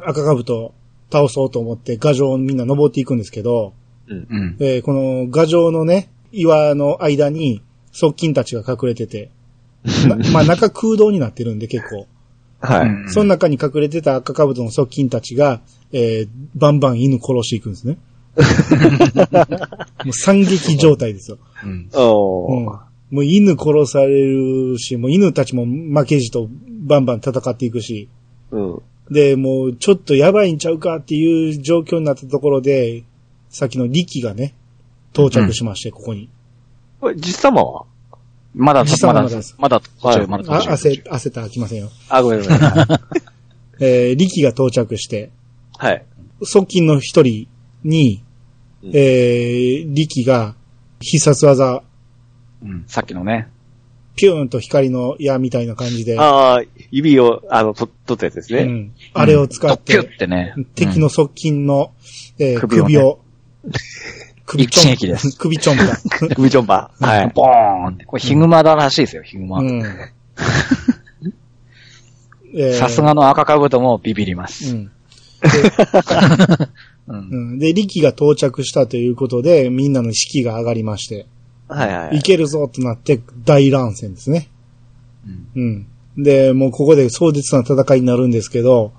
Speaker 1: 赤カブト倒そうと思って、牙城をみんな登っていくんですけど、
Speaker 3: うん。
Speaker 1: えーこの牙城のね、岩の間に、側近たちが隠れて て、なまあ中空洞になってるんで結構。
Speaker 2: はい。
Speaker 3: うん
Speaker 1: その中に隠れてた赤カブトの側近たちが、えーバンバン犬殺していくんです ね。もう惨劇状態ですよ。
Speaker 3: うん。
Speaker 2: お
Speaker 1: うん
Speaker 2: ー。
Speaker 1: もう犬殺されるし、もう犬たちも負けじとバンバン戦っていくし、
Speaker 2: うん。
Speaker 1: で、もうちょっとやばいんちゃうかっていう状況になったところで、さっきの力がね、到着しまして、ここに。
Speaker 2: これ、実様は
Speaker 3: まだ
Speaker 1: 実、際
Speaker 3: ま
Speaker 1: は
Speaker 3: だ
Speaker 1: まだです、
Speaker 3: まだ途
Speaker 2: は
Speaker 3: 中、
Speaker 2: い
Speaker 3: まだ
Speaker 1: あ、
Speaker 3: 途中。
Speaker 1: 汗、汗たらきませんよ。
Speaker 2: あ、ごめんごめん。
Speaker 1: えー、力が到着して、
Speaker 2: はい。
Speaker 1: 側近の一人に、
Speaker 2: うん
Speaker 1: えー、力が必殺技、
Speaker 3: うん。さっきのね。
Speaker 1: ピューンと光の矢みたいな感じで、
Speaker 2: ああ、指を、あの、と、取ったやつです
Speaker 1: う
Speaker 2: ね。
Speaker 1: ん、あれを使っ
Speaker 3: キュ
Speaker 1: て、
Speaker 3: ッてね。
Speaker 1: 敵の側近の、えー
Speaker 3: 首をね
Speaker 1: 首を、首ちょん
Speaker 3: 一撃です
Speaker 1: 首ちょん ぱ。
Speaker 2: 首ちょんぱ。
Speaker 3: うん、
Speaker 2: はい。
Speaker 3: ボーンって。これヒグマだらしいですよ、ヒグマ。
Speaker 1: うん。えー
Speaker 3: さす。がの赤かぶともビビりま
Speaker 1: う
Speaker 3: す。
Speaker 1: ん。
Speaker 3: うん。
Speaker 1: うんで、力が到着したということで、みんなの士気が上がりまして、
Speaker 2: はいはいい。
Speaker 1: けるぞとなって大乱戦ですね。うん。で、もうここで壮絶な戦いになるんですけど、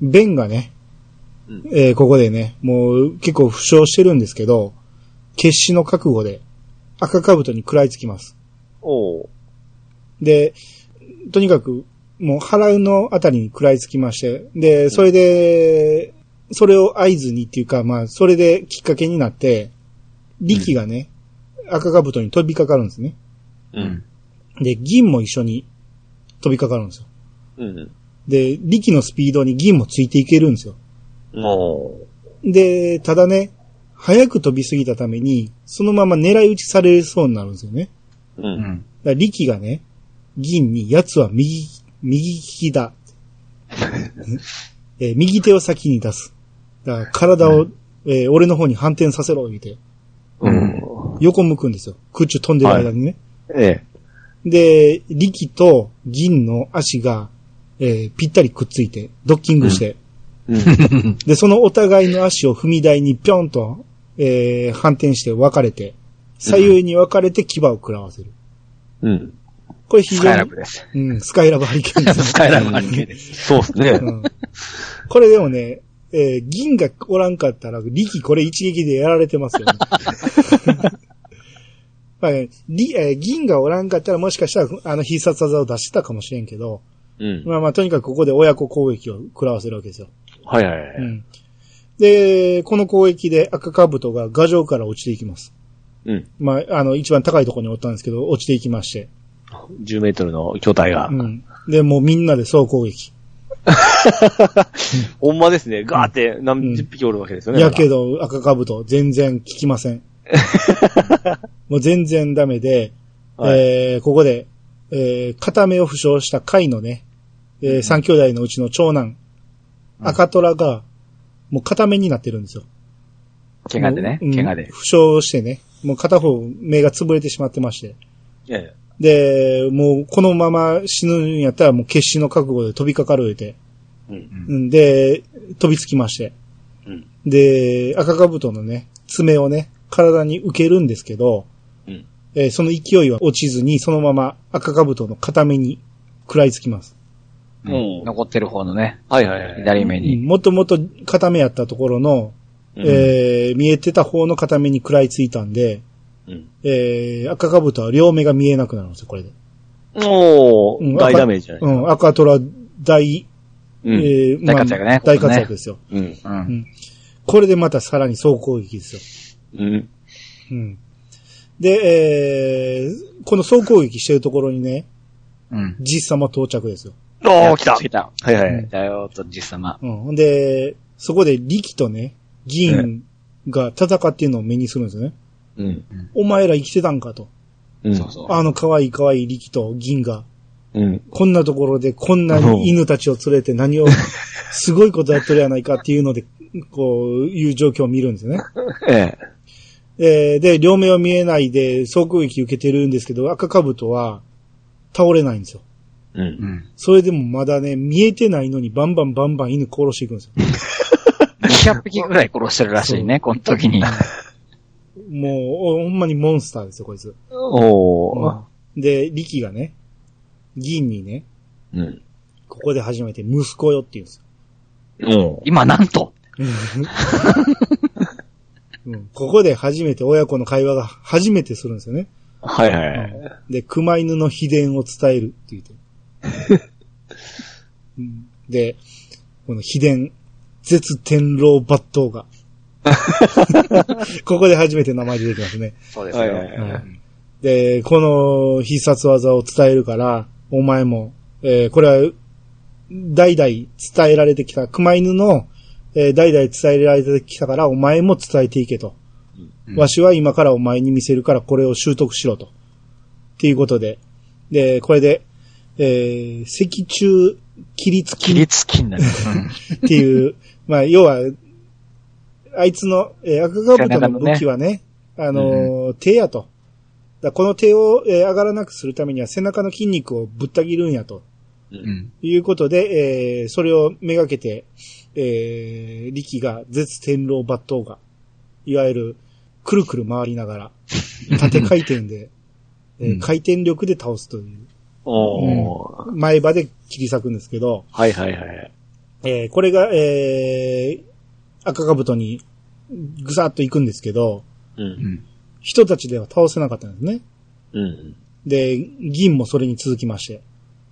Speaker 1: ベンがね
Speaker 2: うん、
Speaker 1: えーここでね、もう結構負傷してるんですけど、決死の覚悟で赤兜に食らいつきます。
Speaker 2: おー
Speaker 1: で、とにかく、もう腹のあたりに食らいつきまして、で、それで、それを合図にっていうか、まあ、それできっかけになって、力がね、赤かぶとに飛びかかるんですね。
Speaker 2: うん。
Speaker 1: で、銀も一緒に飛びかかるんですよ。
Speaker 2: うん。
Speaker 1: で、力のスピードに銀もついていけるんですよ。
Speaker 2: おー
Speaker 1: で、ただね、早く飛びすぎたために、そのまま狙い撃ちされそうになるんですよね。
Speaker 2: う。
Speaker 3: うんん。
Speaker 1: だから力がね、銀に、奴は右、右利きだ。えー右手を先に出す。だから体を、えー俺の方に反転させろ、言うて。
Speaker 2: うん。
Speaker 1: 横向くんですよ。空中飛んでる間にね。
Speaker 2: ええ。
Speaker 1: で、力と銀の足が、えーぴったりくっついて、ドッキングして。
Speaker 2: うん。
Speaker 1: で、そのお互いの足を踏み台にぴょんと、えー反転して分かれて、左右に分かれて牙を食らわせる。
Speaker 2: うん。
Speaker 1: これ非
Speaker 3: スカ
Speaker 1: 常
Speaker 3: イラ
Speaker 1: に
Speaker 3: ブ、です。
Speaker 1: うん、スカイラブハリケーンですね
Speaker 3: スカイラブ関係です。
Speaker 2: そうですね
Speaker 1: う。んこれでもね、えー銀がおらんかったら、力これ一撃でやられてます よね。まあねりえー銀がおらんかったらもしかしたら、あの必殺技を出してたかもしれんけど、
Speaker 2: うん。
Speaker 1: まあまあとにかくここで親子攻撃を食らわせるわけですよ。
Speaker 2: はいはいは
Speaker 1: う
Speaker 2: い。
Speaker 1: ん、で、この攻撃で赤カブトが牙城から落ちていきます。
Speaker 2: うん。
Speaker 1: まあ、あの、一番高いところにおったんですけど、落ちていきまして。
Speaker 2: 10メートルの巨体が
Speaker 1: う。ん。で、もうみんなで総攻撃。
Speaker 2: ほんまですね。ガーって何十匹おるわけですよね。
Speaker 1: やけど、赤カブト、全然効きません。もう全然ダメで、
Speaker 2: まだ。はい。
Speaker 1: えー、ここで、えー、片目を負傷した貝のね、えー、三兄弟のうちの長男、
Speaker 3: うん
Speaker 1: 赤虎が、もう片目になってるんですよ。
Speaker 3: 怪我でね。
Speaker 1: うん
Speaker 3: 怪我で。
Speaker 1: 負傷してね、もう片方目が潰れてしまってまして。
Speaker 2: ええ。
Speaker 1: で、もうこのまま死ぬんやったらもう決死の覚悟で飛びかかる言うて。
Speaker 2: うん。
Speaker 1: うんで、飛びつきまして。
Speaker 2: うん
Speaker 1: で、赤かぶとのね、爪をね、体に受けるんですけど、
Speaker 2: うん
Speaker 1: えーその勢いは落ちずに、そのまま赤かぶとの片目に食らいつきます。
Speaker 2: う
Speaker 3: うん
Speaker 2: ん
Speaker 3: 残ってる方のね、
Speaker 2: はいはいはい。
Speaker 3: 左目
Speaker 1: うん
Speaker 3: に。
Speaker 1: もともと片目やったところの、
Speaker 2: うん
Speaker 1: えー見えてた方の片目に食らいついたんで、
Speaker 2: うん
Speaker 1: えー赤かぶとは両目が見えなくなるんですよ、これで。
Speaker 2: お
Speaker 1: うん
Speaker 2: ー、大ダメージじゃ
Speaker 1: う
Speaker 2: ない。
Speaker 1: ん、赤虎大、
Speaker 2: うん
Speaker 1: えー
Speaker 3: 大活躍ね
Speaker 1: まあ
Speaker 3: ここね
Speaker 1: 大活躍ですよ。
Speaker 2: うん。
Speaker 3: う
Speaker 1: うん
Speaker 3: ん。
Speaker 1: これでまたさらに総攻撃ですよ。
Speaker 2: うん。
Speaker 1: うん。で、えー、この総攻撃してるところにね、
Speaker 3: うん。
Speaker 1: 実様到着ですよ。
Speaker 2: おー、来た
Speaker 3: 来た。
Speaker 2: はいは
Speaker 1: うん
Speaker 2: い。
Speaker 3: だよ、と、じさま。
Speaker 1: うん。ほんで、そこで力とね、議員が戦っているのを目にするんですよね。
Speaker 2: うん。
Speaker 1: お前ら生きてたんかと。
Speaker 2: うん。
Speaker 3: そうそう。
Speaker 1: あの可愛い可愛い力と銀が、
Speaker 2: うん。
Speaker 1: こんなところでこんなに犬たちを連れて何を、すごいことやってるやないかっていうので、こういう状況を見るんですね。
Speaker 2: ええ。
Speaker 1: えーで、両目を見えないで、総攻撃受けてるんですけど、赤兜は倒れないんですよ。
Speaker 2: う。
Speaker 3: うんん。
Speaker 1: それでもまだね、見えてないのにバンバンバンバン犬殺していくんですよ。
Speaker 3: 200匹ぐらい殺してるらしいね、この時に。
Speaker 1: もう、おほんまにモンスターですよ、こいつ。
Speaker 2: おー。
Speaker 1: で、力がね、銀にね、
Speaker 2: うん。
Speaker 1: ここで初めて息子よって言うんですよ
Speaker 2: お
Speaker 3: 今なんと。
Speaker 1: うんここで初めて親子の会話が初めてするんですよね。
Speaker 2: はいはい。
Speaker 1: で、熊犬の秘伝を伝えるって言って。うんで、この秘伝、絶天狼抜刀が。ここで初めて名前出てきますね。
Speaker 3: そう
Speaker 2: ですよはいはいは
Speaker 1: で、この必殺技を伝えるから、お前も、えーこれは、代々伝えられてきた、熊犬の、えー代々伝えられてきたから、お前も伝えていけと。
Speaker 3: うん
Speaker 1: わしは今からお前に見せるから、これを習得しろと。っていうことで。で、これで、えー、脊柱起立
Speaker 3: 切
Speaker 1: 筋
Speaker 3: りつきになる。
Speaker 1: っていう、 まあ、要は、あいつの、えー、赤カブトの武器はね、あのー手やと。だからこの手を、えー上がらなくするためには背中の筋肉をぶった切るんやと。
Speaker 3: うんうん。
Speaker 1: いうことで、えーそれをめがけて、えー、力が絶天狼抜刀が、いわゆる、くるくる回りながら、縦回転で、えー
Speaker 3: うん
Speaker 1: 回転力で倒すという、
Speaker 2: おー。
Speaker 1: 前歯で切り裂くんですけど、
Speaker 2: はいはいはい。
Speaker 1: えーこれが、えー、赤兜に、ぐさっと行くんですけど、
Speaker 2: う。
Speaker 3: うんん。
Speaker 1: 人たちでは倒せなかったんですね。
Speaker 2: うん。
Speaker 1: で、銀もそれに続きまして、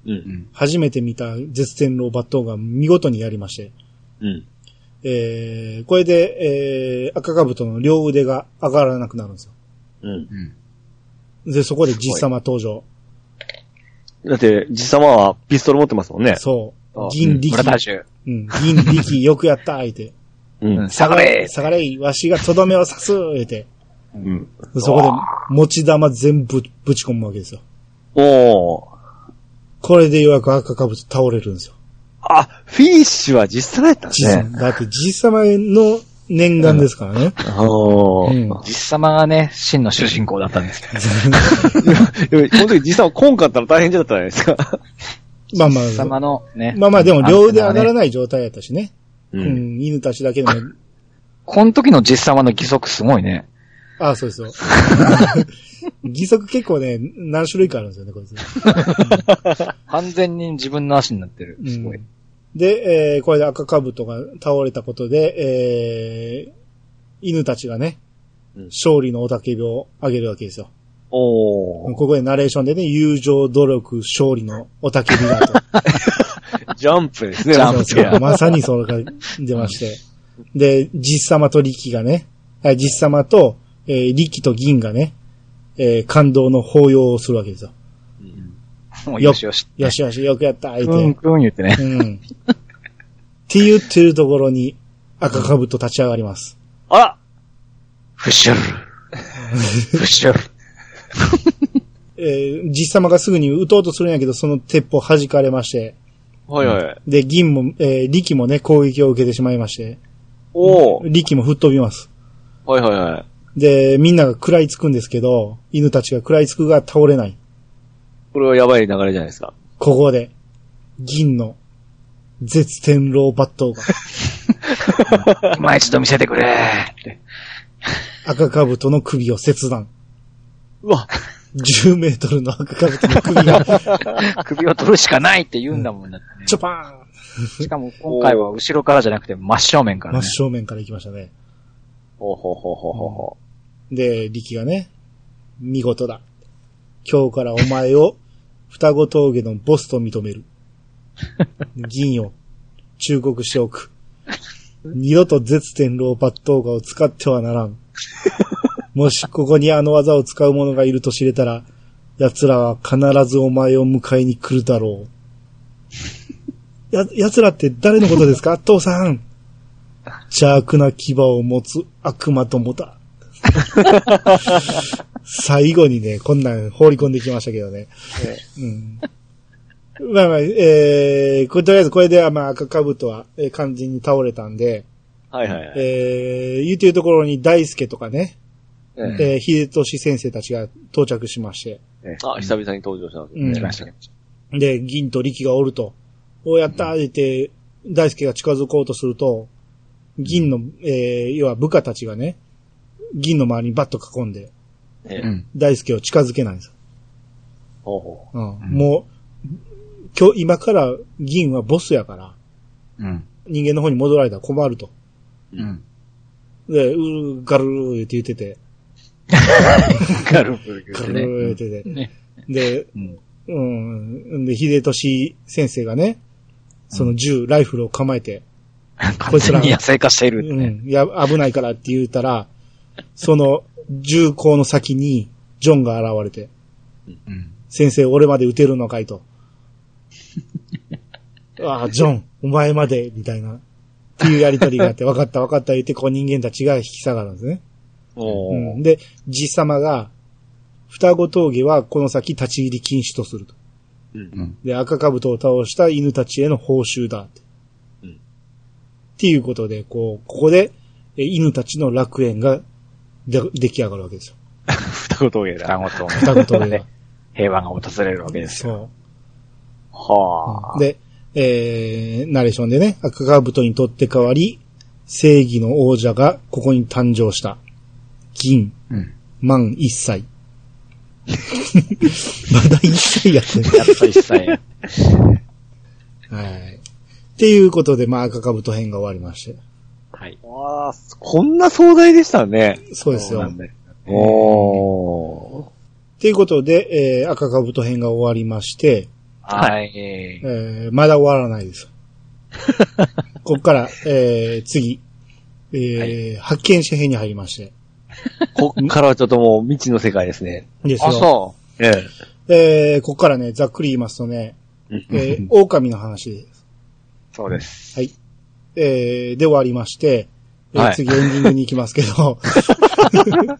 Speaker 2: う。
Speaker 3: うんん。
Speaker 1: 初めて見た絶天狼抜刀が見事にやりまして、
Speaker 2: うん。
Speaker 1: えー、これで、えー、赤兜の両腕が上がらなくなるんですよ。
Speaker 2: うん。
Speaker 3: うん。
Speaker 1: で、そこで実様登場。
Speaker 2: だって、実様はピストル持ってますもんね。
Speaker 1: そう
Speaker 2: あ。
Speaker 1: 銀力
Speaker 3: 村。田衆。
Speaker 1: うん、銀力、よくやった、相 手。
Speaker 2: うん
Speaker 3: うん。下がれ
Speaker 1: 下がれい、わしがとどめを刺す、言うて。
Speaker 2: うん。
Speaker 1: そこで、持ち玉全部ぶち込むわけですよ。
Speaker 2: おー。
Speaker 1: これでようやく赤兜倒れるんですよ。
Speaker 2: あ、フィニッシュは実様やったんです
Speaker 1: 実
Speaker 2: ね。
Speaker 1: 様だって実様の念願ですからね。
Speaker 2: おー。
Speaker 1: うん
Speaker 3: 実様がね、真の主人公だったんですけ
Speaker 2: で
Speaker 3: ど。
Speaker 2: もこの時実際は来んかったら大変じゃったじゃないですか。
Speaker 1: まあま
Speaker 3: 実様
Speaker 1: あ、
Speaker 3: のね。
Speaker 1: まあまあでも両腕上がら
Speaker 3: い。
Speaker 1: ない状態やったしね。
Speaker 2: う
Speaker 1: う。ん、犬たちだけでも
Speaker 3: この時の実様の義足すごいね。
Speaker 1: ああ、そう ですよ。義足結構ね、何種類かあるんですよね、こいつ。
Speaker 3: 完全に自分の足になってる。すご
Speaker 1: う
Speaker 3: い
Speaker 1: ん。で、えーこれで赤兜が倒れたことで、えー犬たちがね
Speaker 2: うん、
Speaker 1: 勝利のおたけびをあげるわけですよ。こ
Speaker 2: おー。
Speaker 1: こでナレーションでね、友情、努力、勝利のおたけびだと。
Speaker 2: ジャンプですね、
Speaker 3: ジャ
Speaker 1: そ
Speaker 3: ン
Speaker 1: う
Speaker 3: プ
Speaker 1: そう
Speaker 3: や
Speaker 1: まさにそれが出まして。で、実様と力がね、あ実様と、えー力と銀がね、えー感動の抱擁をするわけですよ。
Speaker 3: もうよしよし。
Speaker 1: よしよし、よくやった、相手。
Speaker 3: うん、くん言ってね。
Speaker 1: うん。って言ってるところに赤兜立ち上がります。
Speaker 2: あら
Speaker 3: フッシュル。フッシュル。
Speaker 1: えー実様がすぐに撃とうとするんやけど、その鉄砲弾かれまして、
Speaker 2: はいはい。
Speaker 1: で、銀も、えー力もね、攻撃を受けてしまいまして、
Speaker 2: おー。
Speaker 1: 力も吹っ飛びます。
Speaker 2: はいはいはい。
Speaker 1: で、みんなが食らいつくんですけど、犬たちが食らいつくが倒れない。
Speaker 2: これはやばい流れじゃないですか。
Speaker 1: ここで、銀の、絶天狼抜刀が、
Speaker 3: 今一度見せてくれって。
Speaker 1: 赤兜の首を切断。
Speaker 2: うわ。
Speaker 1: 10メートルの赤兜の首が、
Speaker 3: 首を取るしかないって言うんだもんだってね
Speaker 1: チョパ
Speaker 3: しかも今回は後ろからじゃなくて真正面か
Speaker 1: ーン
Speaker 3: ら
Speaker 1: 真
Speaker 3: ね。
Speaker 1: 正面から行きましたね。
Speaker 2: ほうほうほうほうほうほ
Speaker 1: で、力がね、見事だ。今日からお前を、双子峠のボスと認める。銀を、忠告しておく。二度と絶天狼抜刀画を使ってはならん。もしここにあの技を使う者がいると知れたら、奴らは必ずお前を迎えに来るだろう。や、奴らって誰のことですか父さん。邪悪な牙を持つ悪魔どもだ。最後にね、こんなん放り込んできましたけどね。うん。まあまあ、えー、これとりあえずこれではまあ赤かぶとはえー完全に倒れたんで、
Speaker 2: はいはいはい。
Speaker 1: えー、言うてるところに大輔とかね、
Speaker 2: ええ
Speaker 1: えー、秀俊先生たちが到着しまして、
Speaker 2: ええあ、久々に登場したんです
Speaker 1: うん
Speaker 2: ね。
Speaker 3: 来ましたね。
Speaker 1: で、銀と力がおると。おやったー言って、大輔が近づこうとすると、銀の、えー、要は部下たちがね、銀の周りにバッと囲んで、
Speaker 2: ええ
Speaker 3: うん。
Speaker 1: 大輔を近づけないんですよ。
Speaker 2: ほうほ
Speaker 1: うん
Speaker 3: ん
Speaker 1: もう、今日、今から銀はボスやから、
Speaker 3: うん。
Speaker 1: 人間の方に戻られたら困ると。
Speaker 3: うん。
Speaker 1: で、うー、ガルーって言ってて、
Speaker 2: う。ガルプル
Speaker 1: ガ
Speaker 2: ク
Speaker 1: ルーって言ってて。
Speaker 3: ね。
Speaker 1: で、
Speaker 3: うん。
Speaker 1: うん、で、秀俊先生がね、その銃、ライフルを構えて、こ
Speaker 3: 完
Speaker 1: いつら
Speaker 3: 全に野生化しているって
Speaker 1: う
Speaker 3: ね。
Speaker 1: ん、いや、危ないからって言ったら、その銃口の先にジョンが現れて、
Speaker 3: うん。
Speaker 1: 先生、俺まで撃てるのかい と。ああ、ジョン、お前まで、みたいな。っていうやりとりが あって、分かった分かった言って、こう人間たちが引き下がるんですね。
Speaker 2: お
Speaker 1: う
Speaker 2: ー
Speaker 1: ん、で、爺様が、双子峠はこの先立ち入り禁止とすると。
Speaker 2: うん。
Speaker 1: で、赤兜を倒した犬たちへの報酬だって。
Speaker 2: うん
Speaker 1: っていうことで、こう、ここで、え犬たちの楽園がで出来上がるわけですよ。
Speaker 2: 双子峠だ。
Speaker 3: 双子と
Speaker 1: 双子峠が。
Speaker 3: 平和が訪れるわけですよ。
Speaker 1: そ
Speaker 2: は
Speaker 1: う。
Speaker 2: あ。
Speaker 1: で、えー、ナレーションでね、赤兜にとって代わり、正義の王者がここに誕生した。銀、
Speaker 3: うん。
Speaker 1: 万一歳。まだ一歳やってる。
Speaker 3: やっと一切。
Speaker 1: はい。っていうことで、まあ赤兜編が終わりまして。
Speaker 3: はい。
Speaker 2: わあ、こんな壮大でしたね。
Speaker 1: そうですよ。
Speaker 2: おー。
Speaker 1: ということで、えー、赤かぶと編が終わりまして、
Speaker 3: はい。
Speaker 1: えー、まだ終わらないです。ここから、えー、次、えー発見者編に入りまして。
Speaker 2: こっからはちょっともう未知の世界ですね。
Speaker 1: です
Speaker 3: あ、
Speaker 1: よ。
Speaker 3: そ
Speaker 2: ええ。
Speaker 1: えー、ここからね、ざっくり言いますとね、え ー、狼の話です。
Speaker 3: う。そうです。
Speaker 1: はい。えー、で終わりまして、えー
Speaker 2: はい
Speaker 1: 次エンディングに行きますけど。ま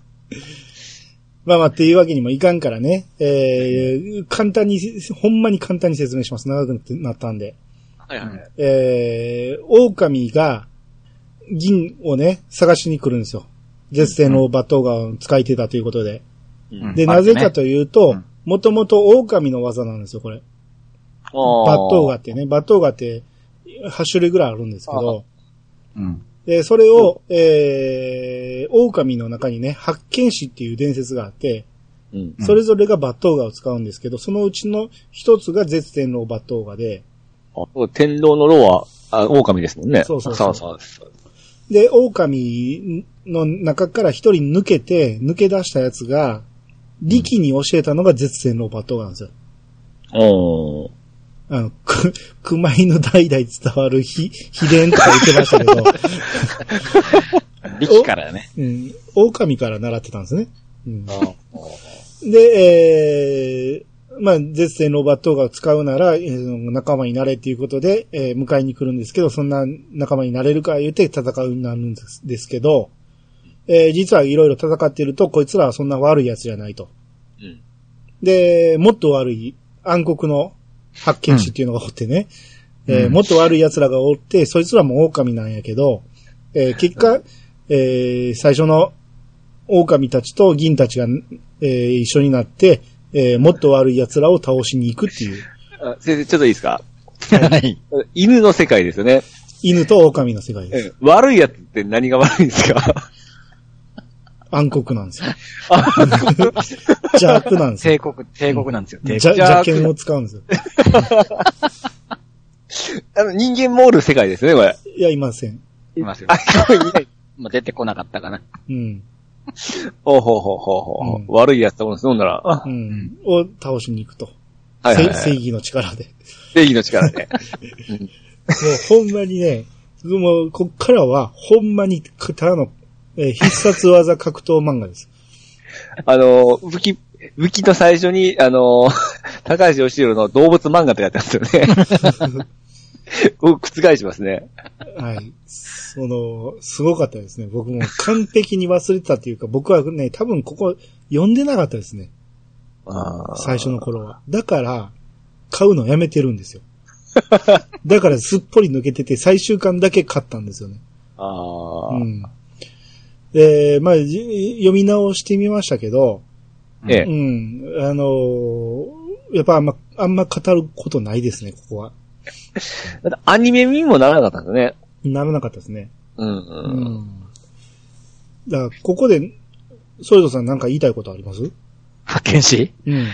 Speaker 1: あまあっていうわけにもいかんからね、えー、簡単に、ほんまに簡単に説明します。長くなったんで。
Speaker 2: はいはいはい。
Speaker 1: えー、狼が銀をね、探しに来るんですよ。絶世のバトガーを使い手だということで。
Speaker 2: うん
Speaker 1: で、
Speaker 3: バ
Speaker 1: な
Speaker 3: ットね
Speaker 1: ぜかというと
Speaker 3: うん、
Speaker 1: もともと狼の技なんですよ、これ。バットガーってね、バットガーって8種類ぐらいあるんですけど、
Speaker 3: うん。
Speaker 1: で、それを、えー、狼の中にね、発見士っていう伝説があって、
Speaker 2: うん。
Speaker 3: うん
Speaker 1: それぞれがバットガーを使うんですけど、そのうちの一つが絶天のバットガーで、
Speaker 2: あそう天狼の牢は、あ、狼ですもんね。
Speaker 1: そうそうそう
Speaker 2: そうそう
Speaker 1: で、狼の中から一人抜けて、抜け出したやつが、力に教えたのが絶戦のバットガンですよ。
Speaker 2: おー。
Speaker 1: あの、く、 熊犬代々伝わる秘、秘伝とか言ってましたけど、
Speaker 3: 力からね。
Speaker 1: うん、狼から習ってたんですね。うん
Speaker 2: あー
Speaker 1: で、えー、まあ、絶世のバットが使うなら、えー仲間になれっていうことで、えー迎えに来るんですけど、そんな仲間になれるか言って戦うようになるんですですけど、えー実はいろいろ戦ってると、こいつらはそんな悪い奴じゃないと。
Speaker 2: うん
Speaker 1: で、もっと悪い暗黒の発見士っていうのがおってね、
Speaker 3: うん
Speaker 1: えー
Speaker 3: うん
Speaker 1: もっと悪い奴らがおって、そいつらも狼なんやけど、えー結果、えー最初の狼たちと銀たちが、えー一緒になって、えーもっと悪い奴らを倒しに行くっていう、
Speaker 2: あ先生、ちょっといいですか
Speaker 3: はい。
Speaker 2: 犬の世界ですよね。
Speaker 1: 犬と狼の世界です。
Speaker 2: うん悪いやつって何が悪いんですか
Speaker 1: 暗黒なんですよ。 邪悪なんですよ。
Speaker 3: 帝国、帝国なんですよ。帝
Speaker 1: 邪
Speaker 3: 国。
Speaker 1: 邪剣を使うんですよ。
Speaker 2: あの、人間モール世界ですね、これ。
Speaker 1: いや、いません。
Speaker 3: いますよ
Speaker 2: あ、。これいない。
Speaker 3: まあ出てこなかったかな。
Speaker 1: うん。
Speaker 2: ほうほうほうほうほう。
Speaker 1: うん
Speaker 2: 悪いやつだもんです、飲んだら。は
Speaker 1: う
Speaker 2: い
Speaker 1: ん。を倒しに行くと。
Speaker 2: はいは
Speaker 1: せ正
Speaker 2: い。
Speaker 1: 義の力で。
Speaker 2: 正義の力で。
Speaker 1: もうほんまにね、もうこっからはほんまにただの、えー必殺技格闘漫画です。
Speaker 2: あの、武器、武器の 最初に、あの、高橋義弘の動物漫画ってやってますよね。を覆しますね。
Speaker 1: はい。その、すごかったですね。僕も完璧に忘れてたというか、 僕はね、多分ここ読んでなかったですね。
Speaker 2: あ
Speaker 1: 最初の頃は。だから、買うのやめてるん ですよ。だからすっぽり抜けてて、最終巻だけ買ったんですよね。
Speaker 2: ああ、
Speaker 1: うん。で、まあ、じ読み直してみましたけど、
Speaker 2: ええ
Speaker 1: う。ん。あのーやっぱあんま、あんま語ることないですね、ここは。
Speaker 2: だってアニメにもならなかったんですね。
Speaker 1: ならなかったですね。
Speaker 2: うん、
Speaker 1: う
Speaker 2: うん。
Speaker 1: ん。だから、ここで、ソルトさんなんか言いたいことあります
Speaker 3: 発見し
Speaker 1: うん。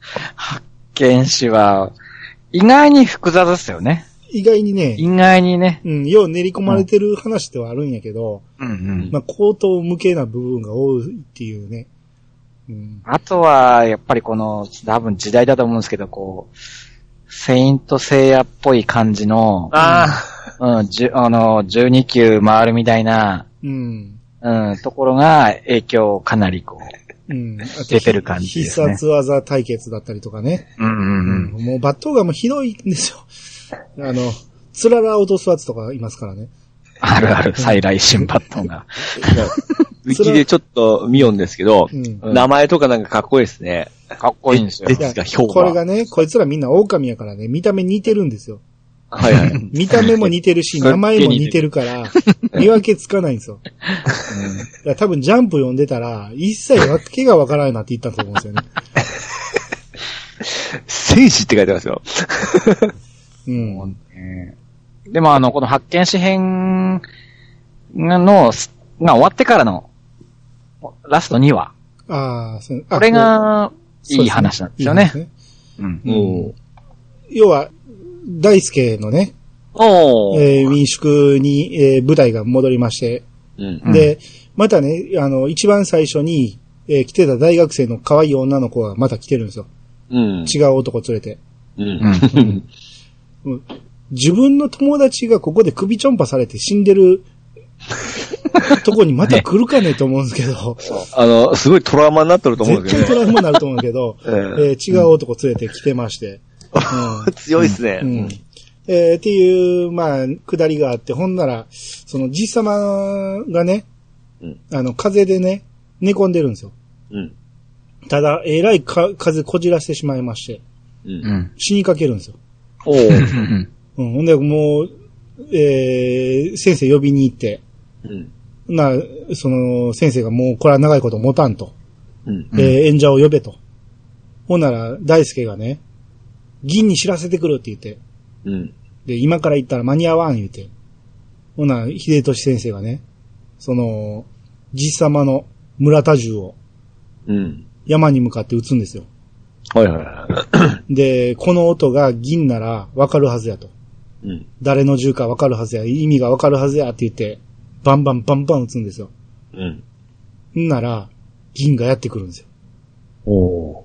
Speaker 3: 発見しは、意外に複雑ですよね。
Speaker 1: 意外にね、
Speaker 3: 意外にね。
Speaker 1: うん、よう練り込まれてる話ではあるんやけど、
Speaker 3: うんうん。
Speaker 1: まあ、口頭向けな部分が多いっていうね。うん。
Speaker 3: あとは、やっぱりこの、多分時代だと思うんですけど、こう、セイントセイヤっぽい感じの、
Speaker 2: あ
Speaker 3: うん、じゅあの、12球回るみたいな、
Speaker 1: うん。
Speaker 3: うん、ところが影響をかなりこう、
Speaker 1: うん。あと
Speaker 3: 出てる感じですね
Speaker 1: 必殺技対決だったりとかね。
Speaker 3: うんうんうん。
Speaker 1: もう、抜刀がもうひどいんですよ。あ の、つらら落とすやつとかいますからね。
Speaker 3: あるある、再来新バットンが。
Speaker 2: あ。うちでちょっと見よんですけど、
Speaker 1: うん。
Speaker 2: 名前とかなんかかっこいいですね。
Speaker 3: かっこいいんですよ
Speaker 2: え。
Speaker 1: いや
Speaker 2: ですか評判
Speaker 1: これがね、こいつらみんな狼やからね、見た目似てるんですよ。
Speaker 2: はいはい。
Speaker 1: 見た目も似てるし、
Speaker 2: すっげー
Speaker 1: 名前も似てるから、見分けつかないんですよ。だから多分ジャンプ読んでたら、一切わけがわからないなって言ったと思うんですよね。
Speaker 2: 戦士って書いてますよ。
Speaker 1: うん。
Speaker 3: うんでもあの、この発見詩編の、すが終わってからの、ラスト2話。
Speaker 1: ああ、そうあ
Speaker 3: これが、
Speaker 1: そう
Speaker 3: いい話なんですよね
Speaker 1: いい。話
Speaker 3: うん
Speaker 1: うん要は、大輔のね、
Speaker 2: おー。
Speaker 1: えー民宿に、えー舞台が戻りまして、
Speaker 2: うん。
Speaker 3: うん
Speaker 1: で、またね、あの、一番最初に、えー来てた大学生の可愛い女の子がまた来てるんですよ。
Speaker 2: うん。
Speaker 1: 違う男連れて。
Speaker 2: うん。
Speaker 1: 自分の友達がここで首ちょんぱされて死んでるとこにま た来るかねと思うんですけど、
Speaker 2: あの、すごいトラウマになってると思うんで
Speaker 1: 絶
Speaker 2: すけ
Speaker 1: 対ト
Speaker 2: どね。
Speaker 1: ラウマになると思うんだけど、
Speaker 2: ええ
Speaker 1: えー違う男連れて来てまして。
Speaker 2: 強いですね。
Speaker 1: うんうんえーっていう、まあ、くだりがあって、ほんなら、その、じいさまがね
Speaker 2: うん、
Speaker 1: あの、風邪でね、寝込んでるんですよ。
Speaker 2: うん。
Speaker 1: ただ、えらいか風邪こじらしてしまいまして、
Speaker 2: う。
Speaker 3: うんん。
Speaker 1: 死にかけるんですよ。
Speaker 2: おー。
Speaker 3: うん
Speaker 1: うん、ほんで、もう、えー先生呼びに行って、
Speaker 2: うん。
Speaker 1: な、その、先生がもうこれは長いこと持たんと。
Speaker 2: うん。
Speaker 3: うん
Speaker 1: えー演者を呼べと。ほんなら、大輔がね、銀に知らせてくるって言って、
Speaker 2: うん。
Speaker 1: で、今から行ったら間に合わん言うて。ほんなら、秀俊先生がね、その、じっさまの村田銃を
Speaker 2: うん。
Speaker 1: 山に向かって撃つんですよ。
Speaker 2: はいはいは
Speaker 1: で、この音が銀ならわかるはずやと。
Speaker 2: い。うん。
Speaker 1: 誰の銃かわかるはずや、意味がわかるはずやって言って、バンバンバンバン撃つんですよ。
Speaker 2: うん。
Speaker 1: ほんなら、銀がやってくるんですよ。
Speaker 2: お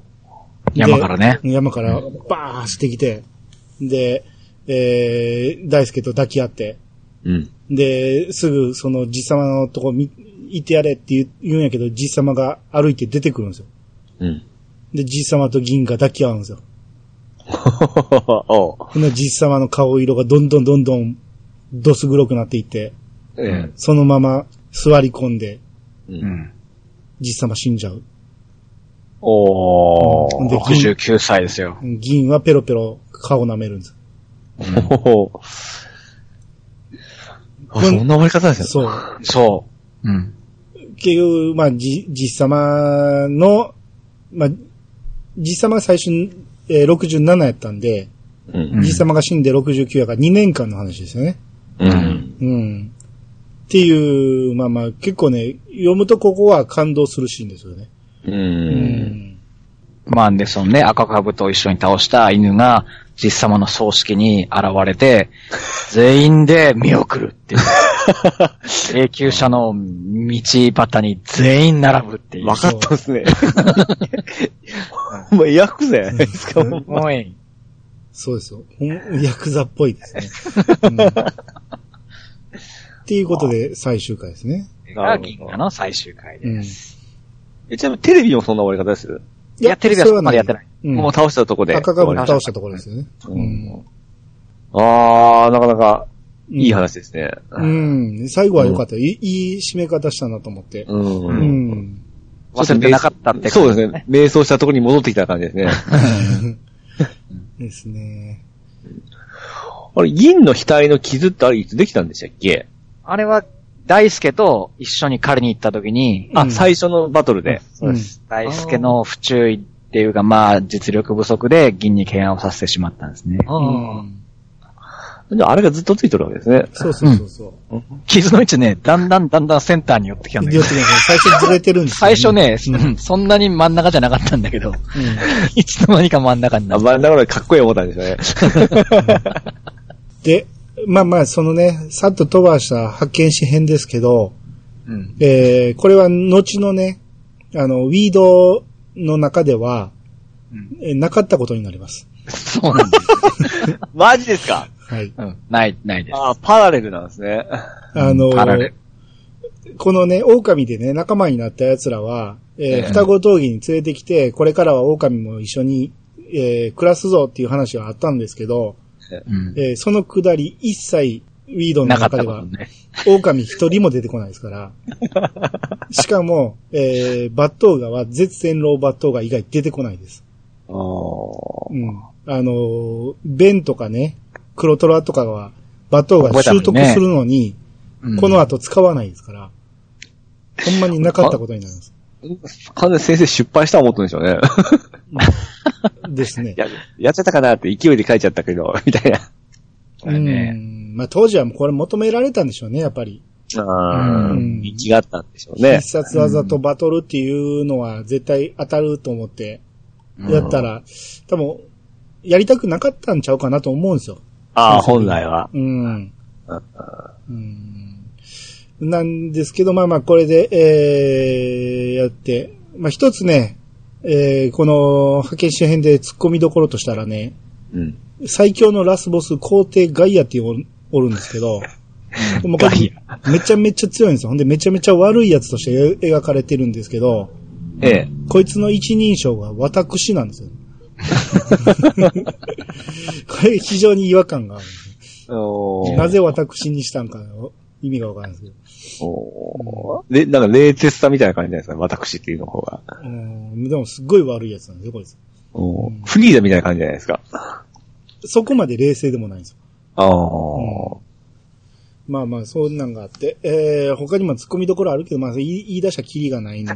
Speaker 2: ー。
Speaker 3: 山からね。
Speaker 1: 山からバーン走ってきて、で、えー、大輔と抱き合って、
Speaker 2: うん。
Speaker 1: で、すぐそのじっさまのとこ見、行ってやれって言う言うんやけど、じっさまが歩いて出てくるんですよ。
Speaker 2: うん。
Speaker 1: で、じっさまと銀が抱き合うんですよ。
Speaker 2: お
Speaker 1: このじっさまの顔色がどんどんどんどん、どす黒くなっていって、
Speaker 2: ええ。
Speaker 1: そのまま座り込んで、
Speaker 2: う。
Speaker 3: うんん
Speaker 1: じっさま死んじゃう。
Speaker 2: お
Speaker 1: で
Speaker 2: ー。
Speaker 1: 銀
Speaker 3: 69歳ですよ。
Speaker 1: 銀はペロペロ顔舐めるんです。
Speaker 2: おーあそんな終わり方なんです
Speaker 1: そ
Speaker 2: よ。
Speaker 1: う。
Speaker 3: そう。うん。
Speaker 1: 結局、まあ、じ、じっさまの、まあ、じっさまが最初に、えー67やったんで、
Speaker 2: う。うん。
Speaker 3: ん
Speaker 1: じっさまが死んで69やから2年間の話ですよね。
Speaker 2: うん。
Speaker 1: うん。っていう、まあまあ、結構ね、読むとここは感動するシーンですよね。
Speaker 2: う。
Speaker 1: うん
Speaker 3: まあ、で、そのね、赤かぶと一緒に倒した犬が、実様の葬式に現れて、全員で見送る っていう。永久者の道端に全員並ぶっていう。
Speaker 2: わかったですね。 お前、ヤクザやないですか、もう
Speaker 3: すごい。
Speaker 1: そうですよ。ほん、ヤクザっぽいですね。うんっていうことで、最終回ですね。
Speaker 3: が銀河の最終回
Speaker 1: う
Speaker 3: で。
Speaker 1: ん。
Speaker 2: えちなみにテレビもそんな終わり方です
Speaker 3: いや、テレビはそこまでやってない。
Speaker 1: うん
Speaker 2: もう倒したとこで。
Speaker 1: 赤かぶ倒したところですよね。
Speaker 2: うんあー、なかなか、いい話ですね。
Speaker 1: うん。最後は良かった、いい。いい締め方したなと思って。
Speaker 2: うん。
Speaker 1: う。
Speaker 2: うんん
Speaker 3: 忘れてなかったって
Speaker 2: そう
Speaker 3: 感
Speaker 2: で
Speaker 3: じ
Speaker 2: すね。。瞑想したところに戻ってきた感じですね。
Speaker 1: ですね。
Speaker 2: あれ、銀の額の傷ってあれいつできたんでしたっけ
Speaker 3: あれは、大輔と一緒に狩りに行った時に、
Speaker 1: う
Speaker 2: あ、
Speaker 1: ん
Speaker 2: 最初のバトルで。
Speaker 1: うん
Speaker 3: 大輔の不注意っていうか、まあ、実力不足で銀に敬愛をさせてしまったんですね。
Speaker 1: う
Speaker 2: うん
Speaker 1: ん
Speaker 2: じゃああれがずっとついてるわけですね。
Speaker 1: そうそうそうそう。
Speaker 3: 傷の位置ね、だんだんだんだんセンターに寄ってきたんだけ
Speaker 1: 両
Speaker 3: ど
Speaker 1: 手。がね最初ずれてるんですよ
Speaker 3: 最初ね、
Speaker 1: うん
Speaker 3: うんそんなに真ん中じゃなかったんだけど、 いつの間にか真ん中にな
Speaker 2: あ、
Speaker 3: っ
Speaker 2: まあ、だからかっこいい思ったんでしょう ね。
Speaker 1: で、まあまあ、そのね、さっと飛ばした発見し編ですけど、
Speaker 3: うん。
Speaker 1: えー、これは後のね、あの、ウィードの中では、
Speaker 3: うん
Speaker 1: えーなかったことになります。
Speaker 3: そうなんです。
Speaker 2: マジですか
Speaker 1: はい。
Speaker 3: うん。ない、ないです。
Speaker 2: あー、パラレルなんですね。
Speaker 1: あのー
Speaker 3: パラレル
Speaker 1: このね、狼でね、仲間になった奴らは、えー
Speaker 3: ええ
Speaker 1: 双子闘技に連れてきて、これからは狼も一緒に、えー暮らすぞっていう話があったんですけど、
Speaker 3: うん。
Speaker 1: えーそのくだり一切、ウィードの
Speaker 3: なかっ
Speaker 1: 中
Speaker 3: た
Speaker 1: で
Speaker 3: こ
Speaker 1: は
Speaker 3: と、ね。
Speaker 1: 狼一人も出てこないです から。しかも、えー、抜刀画は絶戦狼抜刀画以外出てこないです。
Speaker 2: あー
Speaker 1: うん。あのーベンとかね、黒トラとかは、抜刀
Speaker 3: 覚
Speaker 1: 画
Speaker 3: えた
Speaker 1: 習
Speaker 3: のにね
Speaker 1: 得するのに、
Speaker 3: うん
Speaker 1: この後使わないですから、ほんまになかったことになります。
Speaker 2: 完全に先生失敗した思ったんでしょうね。
Speaker 1: ですね。
Speaker 2: や、 やっちゃったかなって勢いで書いちゃったけど、みたいな。
Speaker 3: こ
Speaker 1: う
Speaker 3: れね
Speaker 1: ん。まあ当時はもうこれ求められたんでしょうね、やっぱり。
Speaker 2: ああ、
Speaker 1: うん
Speaker 2: 人気があったんでしょうね
Speaker 1: 必。殺技とバトルっていうのは絶対当たると思って、やったら、多分、やりたくなかったんちゃうかなと思うんですよ。
Speaker 2: ああ、本来は。
Speaker 1: うん。うんなんですけど、まあまあ、これで、えー、やって、まあ一つね、えー、この、派遣周辺で突っ込みどころとしたらね、
Speaker 2: うん。
Speaker 1: 最強のラスボス、皇帝ガイアっていうおるおるんですけど、もうこれ
Speaker 2: ガイ
Speaker 1: めちゃめちゃ強いんですよ。ほんで、めちゃめちゃ悪いやつとして描かれてるんですけど、
Speaker 2: ええ。
Speaker 1: こいつの一人称が私なん ですよ。これ非常に違和感があるんですよ。
Speaker 2: おー
Speaker 1: なぜ私にしたんかの意味がわからないですけど。
Speaker 2: おーで、なんか、冷徹さみたいな感じじゃないですか、私っていうの方が。
Speaker 1: うん、でもすっごい悪いやつなんですよ、こいつ。
Speaker 2: おーフリーザみたいな感じじゃないですか。
Speaker 1: そこまで冷静でもないんですよ。
Speaker 2: ああ、
Speaker 1: まあまあ、そんなんがあって。えー、他にも突っ込みどころあるけど、まあ言い言い出したきりがないんで。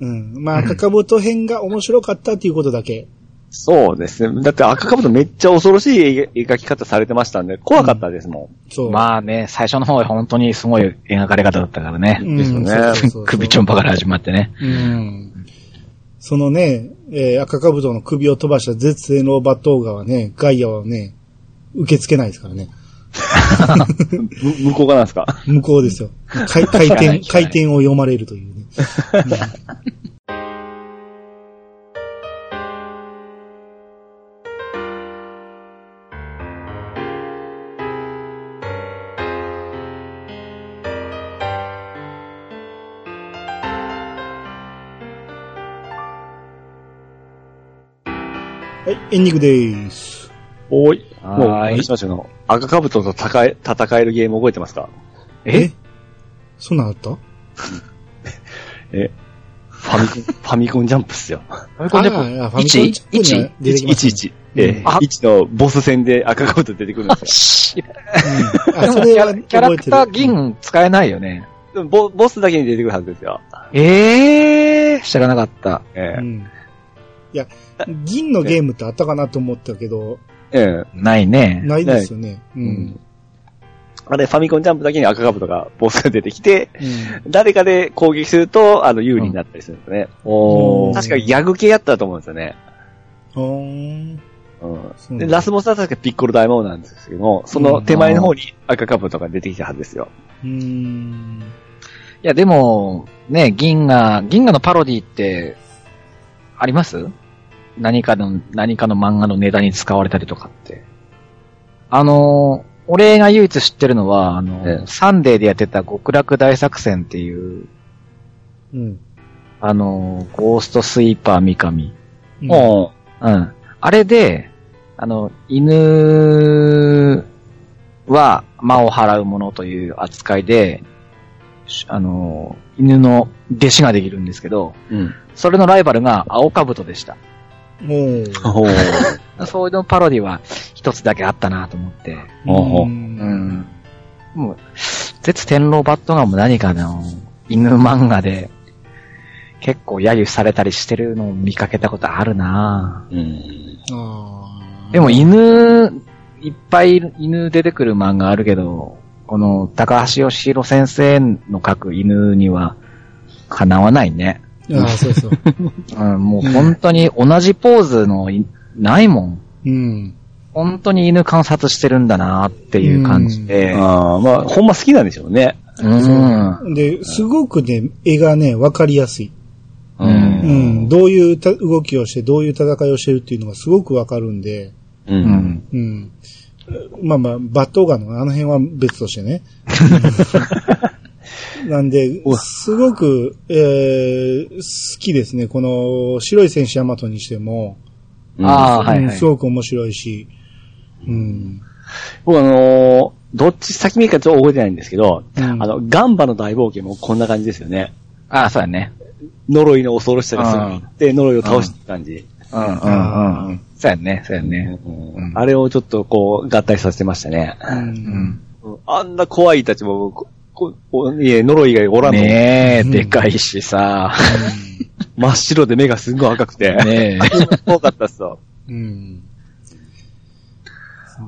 Speaker 1: うん。まあ、赤かぶと編が面白かったっていうことだけ。
Speaker 2: そうですね。だって赤かぶとめっちゃ恐ろしい絵描き方されてましたんで、怖かったですも
Speaker 1: そう。あ、
Speaker 3: まあね、最初の方は本当にすごい描かれ方だったからね。
Speaker 1: うん、
Speaker 2: ですよね
Speaker 1: そうそう そう
Speaker 3: 首ちょんぱから始まってね。
Speaker 1: うん。そのね、えー、赤かぶとの首を飛ばした絶世のバトーガはね、ガイアはね、受け付けないですからね。
Speaker 2: ん。む向こう側なんですか。
Speaker 1: 向こうですよ。 回回
Speaker 3: 聞かな
Speaker 1: 転、
Speaker 3: い聞かな
Speaker 1: 回
Speaker 3: い
Speaker 1: 転を読まれるというね。はい、エンディングです。
Speaker 2: おい。
Speaker 3: はーい
Speaker 2: もう、私ましょうの。赤かぶとと戦え、戦えるゲーム覚えてますか
Speaker 3: え
Speaker 1: そんなんあった
Speaker 2: えファミ コン、ファミコンジャンプっすよ。
Speaker 3: ファミコンジャンプ
Speaker 1: ああファミコンジャンプには出てきましたね
Speaker 2: 1111。ええ
Speaker 3: あ、
Speaker 2: 1のボス戦で赤かぶと出てくるんですよ。
Speaker 3: し
Speaker 1: うん
Speaker 3: で
Speaker 1: あ、
Speaker 3: も
Speaker 1: そ
Speaker 3: キ
Speaker 1: れは
Speaker 3: ャラキャラ
Speaker 1: 覚え
Speaker 3: ク
Speaker 1: て
Speaker 3: ター
Speaker 1: る。
Speaker 3: 銀使えないよね。
Speaker 2: でもボボスだけに出てくるはずですよ。
Speaker 3: ええー、知らなかった。
Speaker 2: ええ
Speaker 1: うんいや、銀のゲームってあったかなと思ったけど、
Speaker 2: ええ
Speaker 3: ないね。
Speaker 1: ないですよね。うん。
Speaker 2: あれ、ファミコンジャンプだけに赤かぶとかボスが出てきて、
Speaker 1: うん
Speaker 2: 誰かで攻撃すると、あの、有利になったりするんですね。
Speaker 1: おー
Speaker 2: 確かギャグ系やったと思うんですよね。
Speaker 1: ほーん。
Speaker 2: う。
Speaker 1: そうんな
Speaker 2: で、
Speaker 1: んだ
Speaker 2: ラスボスは確かピッコロ大魔王なんですけども、その手前の方に赤かぶとか出てきたはずですよ。
Speaker 1: うーん。
Speaker 3: いや、でも、ね、銀河、銀河のパロディって、あります何かの、何かの漫画のネタに使われたりとかって。あのー、俺が唯一知ってるのは、あのー
Speaker 2: ええ
Speaker 3: サンデーでやってた極楽大作戦っていう、
Speaker 1: うん。
Speaker 3: あのー、ゴーストスイーパー三上。
Speaker 1: うん
Speaker 2: おー
Speaker 3: うん。あれで、あの、犬は魔を払うものという扱いで、しあの、犬の弟子ができるんですけど、
Speaker 2: うん。
Speaker 3: それのライバルが青カブトでした。
Speaker 1: もう。
Speaker 2: ほう。
Speaker 3: そういうのパロディは一つだけあったなと思って。
Speaker 1: う
Speaker 2: ほう
Speaker 3: うんん。もう、絶天狼バットガンも何かの犬漫画で結構揶揄されたりしてるのを見かけたことあるなぁ。
Speaker 2: うん。
Speaker 1: あー
Speaker 3: でも犬、いっぱい犬出てくる漫画あるけど、この高橋義弘先生の描く犬にはかなわないね。
Speaker 1: ああ、そう そう。
Speaker 3: うん、もう本当に同じポーズのいないもん。
Speaker 1: うん。
Speaker 3: 本当に犬観察してるんだなっていう感じで。
Speaker 2: ああ、まあ、ほんま好きなんでしょうね。
Speaker 3: うん。
Speaker 1: で、すごくね、絵がね、わかりやすい。
Speaker 3: う
Speaker 1: うんん。どういうた動きをして、どういう戦いをしてるっていうのがすごくわかるんで、
Speaker 2: う。
Speaker 3: うんん。
Speaker 1: うん。まあまあ、バットガンのあの辺は別として ね。なんで、すごく、えー、好きですね。この、白い戦士ヤマトにしても、
Speaker 3: ああ、は
Speaker 1: う
Speaker 3: い、
Speaker 1: ん
Speaker 3: はい
Speaker 1: す。ごく面白いし、うん。
Speaker 2: 僕あのーどっち先目かちょっと覚えてないんですけど、
Speaker 1: うん
Speaker 2: あの、ガンバの大冒険もこんな感じですよね。
Speaker 3: ああ、そうやね。
Speaker 2: 呪いの恐ろしさがすごいって、呪いを倒してた感じ。
Speaker 3: うん、うん、うん。そうやね、そうやね。
Speaker 2: うんあれをちょっとこう、合体させてましたね。
Speaker 3: うん。
Speaker 2: あんな怖いたちも、ここおいえ、呪いがおらんと、
Speaker 3: ねえ、でかいしさ。
Speaker 2: 真っ白で目がすんごい赤くて。
Speaker 3: ねえ。
Speaker 2: 多かったっすよ。
Speaker 1: うん。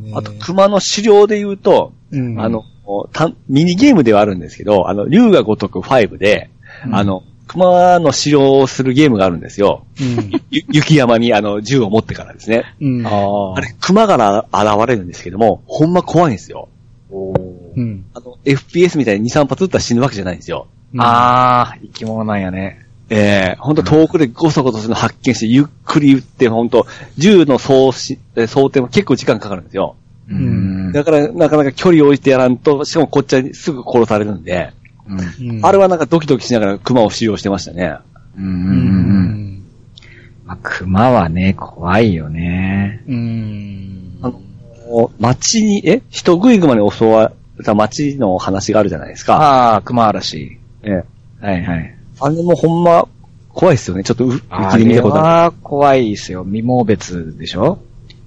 Speaker 1: ね
Speaker 2: あと、熊の資料で言うと、
Speaker 1: うん
Speaker 2: あの、たミニゲームではあるんですけど、あの、竜が如く5で、
Speaker 1: うん
Speaker 2: あの、熊の狩猟をするゲームがあるんですよ。
Speaker 1: うん
Speaker 2: ゆ雪山にあの、銃を持ってからですね。
Speaker 1: うん。
Speaker 3: あ
Speaker 2: あれ、熊が現れるんですけども、ほんま怖いんですよ。
Speaker 1: うん。
Speaker 2: あの、FPS みたいに2、3発撃ったら死ぬわけじゃないんですよ。
Speaker 3: あー、生き物なんやね。
Speaker 2: ええほんと遠くでごそごそするの発見して、ゆっくり撃って、ほんと、銃の装し、え装填も結構時間かかるんですよ。
Speaker 3: うんん。
Speaker 2: だから、なかなか距離を置いてやらんと、しかもこっちはすぐ殺されるんで、
Speaker 1: あ、うん
Speaker 2: あれはなんかドキドキしながら熊を使用してましたね。
Speaker 3: う。
Speaker 1: うんん。
Speaker 3: まあ、熊はね、怖いよね。
Speaker 1: うん。
Speaker 2: あの、町に、え人食い熊に襲われた町の話があるじゃないですか。
Speaker 3: ああ、熊嵐。
Speaker 2: ええ
Speaker 3: はいはい。
Speaker 2: あれもほんま、怖いですよね。ちょっとう、う
Speaker 3: あ
Speaker 2: ちで見
Speaker 3: れ
Speaker 2: たことある。
Speaker 3: は怖いですよ。未毛別でしょ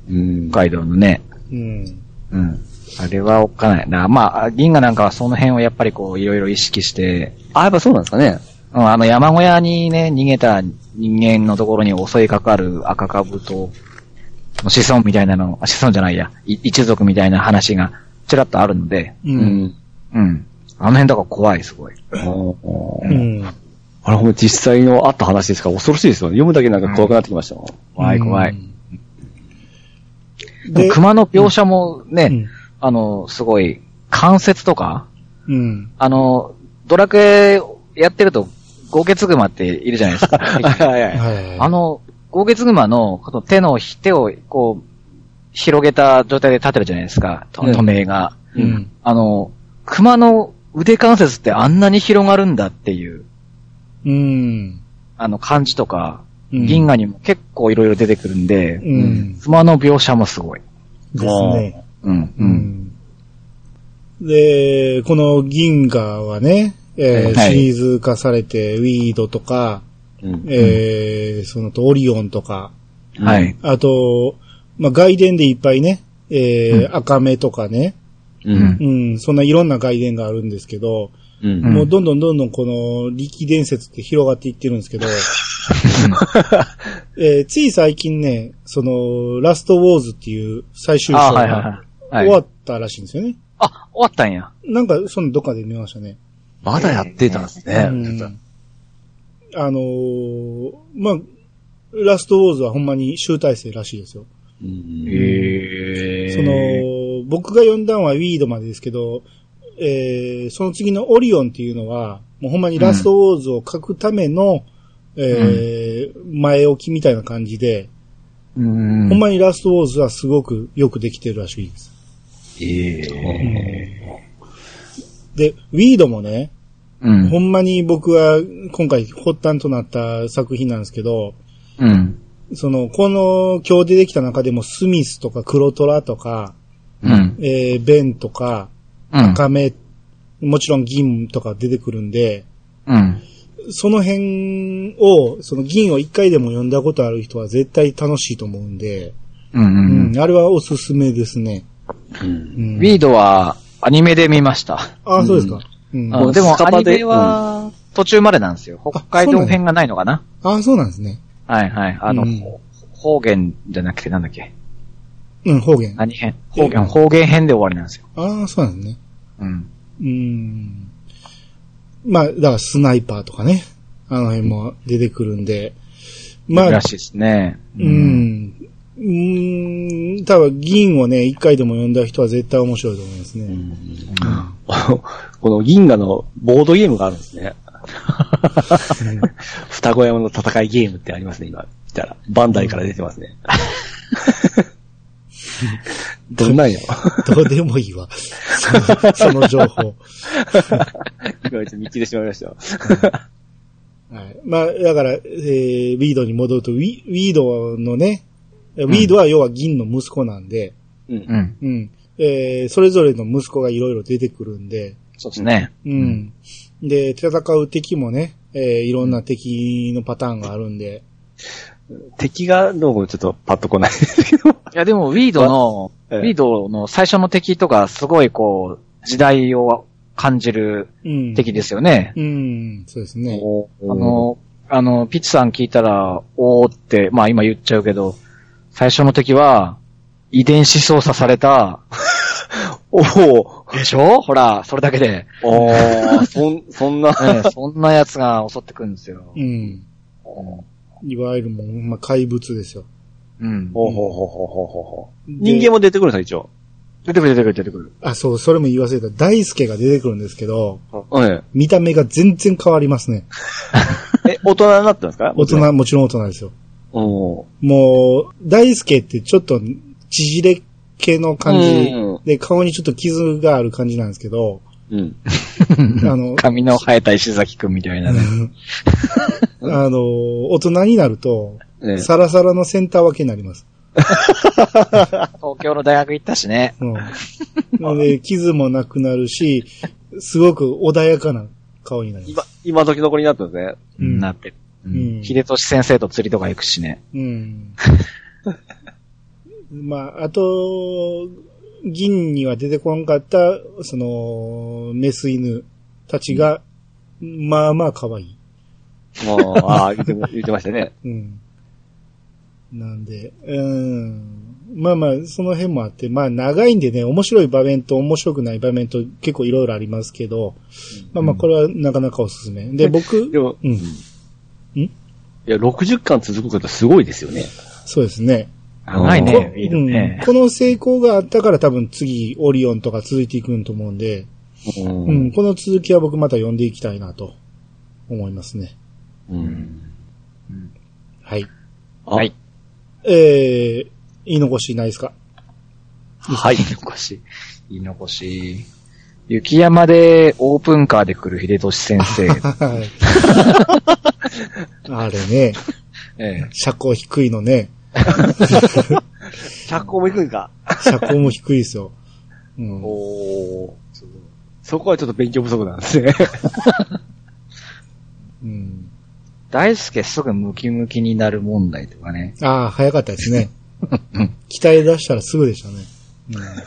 Speaker 2: うん。
Speaker 3: 北海道のね。
Speaker 1: うん。
Speaker 3: うん。あれはおっかないな。まあ、銀河なんかはその辺をやっぱりこう、いろいろ意識して、
Speaker 2: あ、やっぱそうなんですかね。
Speaker 3: うん、あの山小屋にね、逃げた人間のところに襲いかかる赤かぶと、子孫みたいなの、あ子孫じゃないや、い一族みたいな話がちらっとあるので、
Speaker 1: う。
Speaker 2: うん
Speaker 3: うん。あの辺だから怖い、すごい。
Speaker 2: あー
Speaker 1: うん。
Speaker 2: あれほんま実際のあった話ですから恐ろしいですよね。読むだけなんか怖くなってきましたもん。
Speaker 3: 怖い、怖い。。で
Speaker 1: で、
Speaker 3: も熊の描写もね、
Speaker 1: うん
Speaker 3: あの、すごい、関節とか、
Speaker 1: うん。
Speaker 3: あの、ドラクエやってると、豪傑熊っているじゃないですか。
Speaker 2: はいはい。
Speaker 1: はい。
Speaker 3: あの、豪傑熊の、この手の、手を、こう、広げた状態で立てるじゃないですか、と
Speaker 2: うん
Speaker 3: 止めが。
Speaker 1: うん。
Speaker 3: あの、熊の腕関節ってあんなに広がるんだっていう、
Speaker 1: うん。
Speaker 3: あの感じとか、
Speaker 1: うん
Speaker 3: 銀河にも結構いろいろ出てくるんで、
Speaker 1: うん
Speaker 3: 熊の描写もすごい。
Speaker 1: ですね。
Speaker 3: うん、
Speaker 1: う。ん。で、この銀河はね、えー
Speaker 3: はい
Speaker 1: シリーズ化されて、ウィードとか、
Speaker 2: うん
Speaker 1: えーそのとオリオンとか、
Speaker 3: はい。
Speaker 1: あと、まあ、外伝でいっぱいね、えー赤目とかね、
Speaker 2: う
Speaker 3: うん
Speaker 2: ん。
Speaker 1: うん、そんないろんな外伝があるんですけど、
Speaker 2: うん。
Speaker 3: ん
Speaker 1: もうどんどんどんどんこの力伝説って広がっていってるんです けど、えーつい最近ね、その、ラストウォーズっていう最終
Speaker 3: あ
Speaker 1: 章
Speaker 3: ーはいはい
Speaker 1: が
Speaker 3: はい。
Speaker 1: 終わ
Speaker 3: はい、
Speaker 1: ったらしいんですよね。
Speaker 3: あ、終わったんや。
Speaker 1: なんか、そのどっかで見ましたね。
Speaker 2: まだやってたんですね。
Speaker 1: うんあのーまあ、ラストウォーズはほんまに集大成らしいですよ。
Speaker 2: うん
Speaker 3: へ
Speaker 1: そ、の、僕が読んだのはウィードまでですけど、えーその次のオリオンっていうのは、もうほんまにラストウォーズを書くための、えー前置きみたいな感じで、
Speaker 3: うん。
Speaker 1: ほんまにラストウォーズはすごくよくできてるらしいです。で、ウィードもね、
Speaker 3: うん。
Speaker 1: ほんまに僕は今回発端となった作品なんですけど、
Speaker 3: うん。
Speaker 1: その、この今日出てきた中でもスミスとか黒虎とか、
Speaker 3: うん。
Speaker 1: えー、ベンとか、
Speaker 3: うん。
Speaker 1: 亀、もちろん銀とか出てくるんで、
Speaker 3: うん。
Speaker 1: その辺を、その銀を一回でも読んだことある人は絶対楽しいと思うんで、
Speaker 3: うんう
Speaker 1: うんん、あれはおすすめですね。
Speaker 3: う
Speaker 1: うん
Speaker 3: ん。ウィードはアニメで見ました。
Speaker 1: あ、そうですか。うん。
Speaker 3: あ
Speaker 1: あ
Speaker 2: う
Speaker 3: でも
Speaker 2: スカ
Speaker 3: ア
Speaker 2: パ
Speaker 3: ニ
Speaker 2: で
Speaker 3: メは途中までなんですよ。北海道編がないのかな
Speaker 1: そうなんですね。
Speaker 3: はいはい。あの、
Speaker 1: うん
Speaker 3: ほ方言じゃなくてなんだっけ
Speaker 1: うん、方言。
Speaker 3: 何編方言、方言編で終わりなんですよ。
Speaker 1: ああ、そうなんですね。
Speaker 3: うん。
Speaker 1: うん。まあ、だからスナイパーとかね。あの辺も出てくるんで。まあ
Speaker 3: ら、しいですね。
Speaker 1: う。ん。うん、多分銀をね、一回でも読んだ人は絶対面白いと思いますね。
Speaker 2: この銀河のボードゲームがあるんです ね。双子山の戦いゲームってありますね、今。見たら。バンダイから出てますね。どんなんやろ
Speaker 1: どうでもいいわ。そのその情報。
Speaker 2: 今ちょっと見切れてしまいましたよ。
Speaker 1: はい。まあ、だから、えー、ウィードに戻ると、ウィウィードのね、ウィードは要は銀の息子なんで、
Speaker 2: う。
Speaker 3: うんん。
Speaker 1: うん。えー、それぞれの息子がいろいろ出てくるんで、
Speaker 3: そうですね。
Speaker 1: うん。で、戦う敵もね、えー、いろんな敵のパターンがあるんで、
Speaker 2: 敵がどうもちょっとパッと来 ないですけど。
Speaker 3: いやでも、ウィードの、
Speaker 2: ええ
Speaker 3: ウィードの最初の敵とか、すごいこう、時代を感じる
Speaker 1: うん。
Speaker 3: 敵ですよね。
Speaker 1: うん、そうですね。
Speaker 3: あの、あの、ピッチさん聞いたら、おーって、まあ今言っちゃうけど、最初の敵は、遺伝子操作された、
Speaker 2: おー
Speaker 3: でしょほら、それだけで。
Speaker 2: おーそん、そんな。
Speaker 3: ね、 そんな奴が襲ってくるんですよ
Speaker 1: う。ん。いわゆるもう、まあ、怪物ですよ。
Speaker 3: うん。
Speaker 2: ほうほうほうほうほうほうほう。
Speaker 1: で
Speaker 2: 人間も出てくるんですよ、
Speaker 3: 出てくる出てくる出てくる。
Speaker 1: あ、そう、それも言わせた。大輔が出てくるんですけど、
Speaker 2: 一応。え
Speaker 1: 見た目が全然変わりますね。
Speaker 2: え、大人になったんですか
Speaker 1: 大人、もちろん大人ですよ。
Speaker 2: おー
Speaker 1: もう、大輔ってちょっと、縮れ系の感じ
Speaker 2: うん。
Speaker 1: で、顔にちょっと傷がある感じなんですけど、
Speaker 2: うん。
Speaker 1: あの、
Speaker 3: 髪の生えた石崎くんみたいなね。
Speaker 1: あの、大人になると、
Speaker 2: ええ
Speaker 1: サラサラのセンター分けになります。
Speaker 3: 東京の大学行ったしね。
Speaker 1: うん。 なので、傷もなくなるし、すごく穏やかな顔になりま
Speaker 2: 今、今時の子になったんですね。
Speaker 1: うん
Speaker 3: なってる。う
Speaker 1: うん
Speaker 3: ん。秀俊先生と釣りとか行くしね。
Speaker 1: す。うん。 まあ、あと、銀には出てこんかった、その、メス犬たちが、まあまあ可愛い。
Speaker 2: もう、ああ、言っても、言ってましたね。
Speaker 1: うん。なんで、うん。まあまあ、その辺もあって、まあ長いんでね、面白い場面と面白くない場面と結構いろいろありますけど、まあまあこれはなかなかおすすめ。で、僕、
Speaker 2: でも、
Speaker 1: うん。
Speaker 2: いや、60巻続くことすごいですよね。
Speaker 1: そうですね。
Speaker 3: 長い
Speaker 1: こ
Speaker 3: ね。いいね
Speaker 1: うん。この成功があったから多分次、オリオンとか続いていくんと思うんで、
Speaker 2: う。
Speaker 1: うんん、この続きは僕また読んでいきたいなと思いますね。
Speaker 2: うん。
Speaker 1: はい。
Speaker 2: あ
Speaker 3: はい。
Speaker 1: えー、言い残しないですか
Speaker 3: はい。言い残し。言い残し。雪山でオープンカーで来る秀俊先生。
Speaker 1: はい。 あれね、
Speaker 3: ええ。
Speaker 1: 車高低いのね。
Speaker 2: 100個もいくんか。
Speaker 1: 車高も低いですよ。うん。
Speaker 2: おーそこはちょっと勉強不足なんですね。
Speaker 1: うん、
Speaker 3: 大輔すぐムキムキになる問題とかね。
Speaker 1: ああ、早かったですね。鍛え出したらすぐでしたね。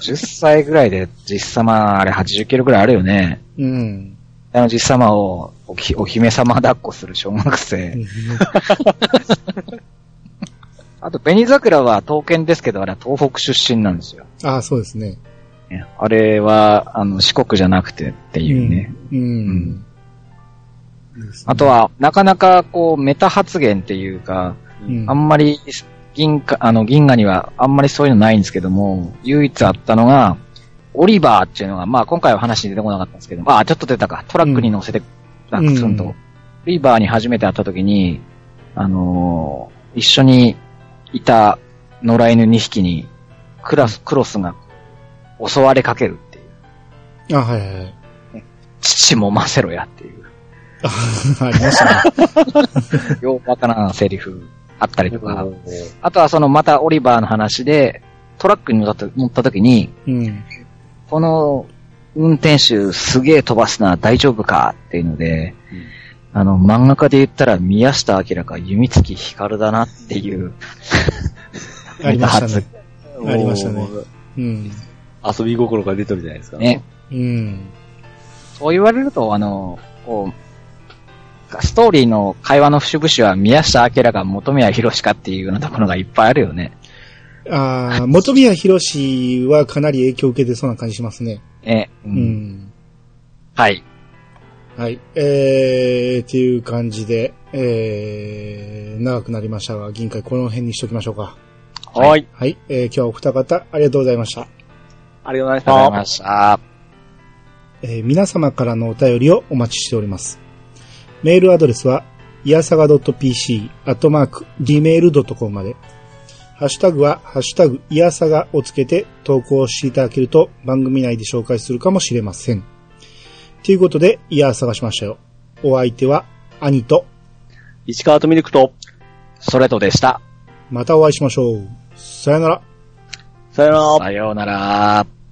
Speaker 3: 10歳ぐらいで実様、あれ80キロぐらいあるよね。
Speaker 1: うん。
Speaker 3: あの実様をおきお姫様抱っこする小学生。あと、紅桜は刀剣ですけど、あれは東北出身なんですよ。
Speaker 1: ああ、そうですね。
Speaker 3: ねあれは、あの、四国じゃなくてっていうね。
Speaker 1: うん。うん。
Speaker 3: あとは、なかなかこう、メタ発言っていうか、
Speaker 1: うん、
Speaker 3: あんまり銀河、あの、銀河にはあんまりそういうのないんですけども、唯一あったのが、オリバーっていうのが、まあ今回は話に出てこなかったんですけど、まあちょっと出たか、トラックに乗せて、ダックスンと、
Speaker 1: うん
Speaker 3: オリバーに初めて会った時に、あのー一緒にいた野良犬2匹に、クラス、クロスが襲われかけるっていう、
Speaker 1: あ、はいはい はい。
Speaker 3: 父もませろやっていう、
Speaker 1: ありましたね。
Speaker 3: ようバカなセリフ。あったりとか、
Speaker 2: うん
Speaker 3: あとはそのまたオリバーの話で、トラックに乗ったと乗った時に、
Speaker 1: うん。
Speaker 3: この運転手すげえ飛ばすな、大丈夫かっていうので、あの、漫画家で言ったら宮下明か弓月光だなっていう、
Speaker 1: ありましたね。
Speaker 2: もう
Speaker 1: ありましたねうん。
Speaker 2: 遊び心が出てるじゃないですか。
Speaker 3: ね。
Speaker 1: うん。
Speaker 3: そう言われると、あの、こう、ストーリーの会話の節々は宮下明が元宮博士かっていうようなところがいっぱいあるよね。
Speaker 1: ああ、元宮博士はかなり影響を受けてそうな感じしますね。
Speaker 3: え、う
Speaker 1: うん。
Speaker 3: ん。はい。
Speaker 1: はい。えー、っていう感じで、えー、長くなりましたが、銀会この辺にしときましょうか。
Speaker 2: はい。
Speaker 1: はい。えー、今日はお二方、ありがとうございました。
Speaker 2: ありがとうございまし
Speaker 3: ありがとうござい
Speaker 2: た。
Speaker 3: ました。
Speaker 1: えー皆様からのお便りをお待ちしております。メールアドレスは、いやさが .pc、アットマーク、gmail.com まで。ハッシュタグは、ハッシュタグ、いやさがをつけて投稿していただけると番組内で紹介するかもしれません。ということで、いやさがしましたよ。お相手は、兄と、
Speaker 2: 石川とミルクと、
Speaker 3: それとでした。
Speaker 1: またお会いしましょう。さよなら。
Speaker 2: さよなら。
Speaker 3: さようなら。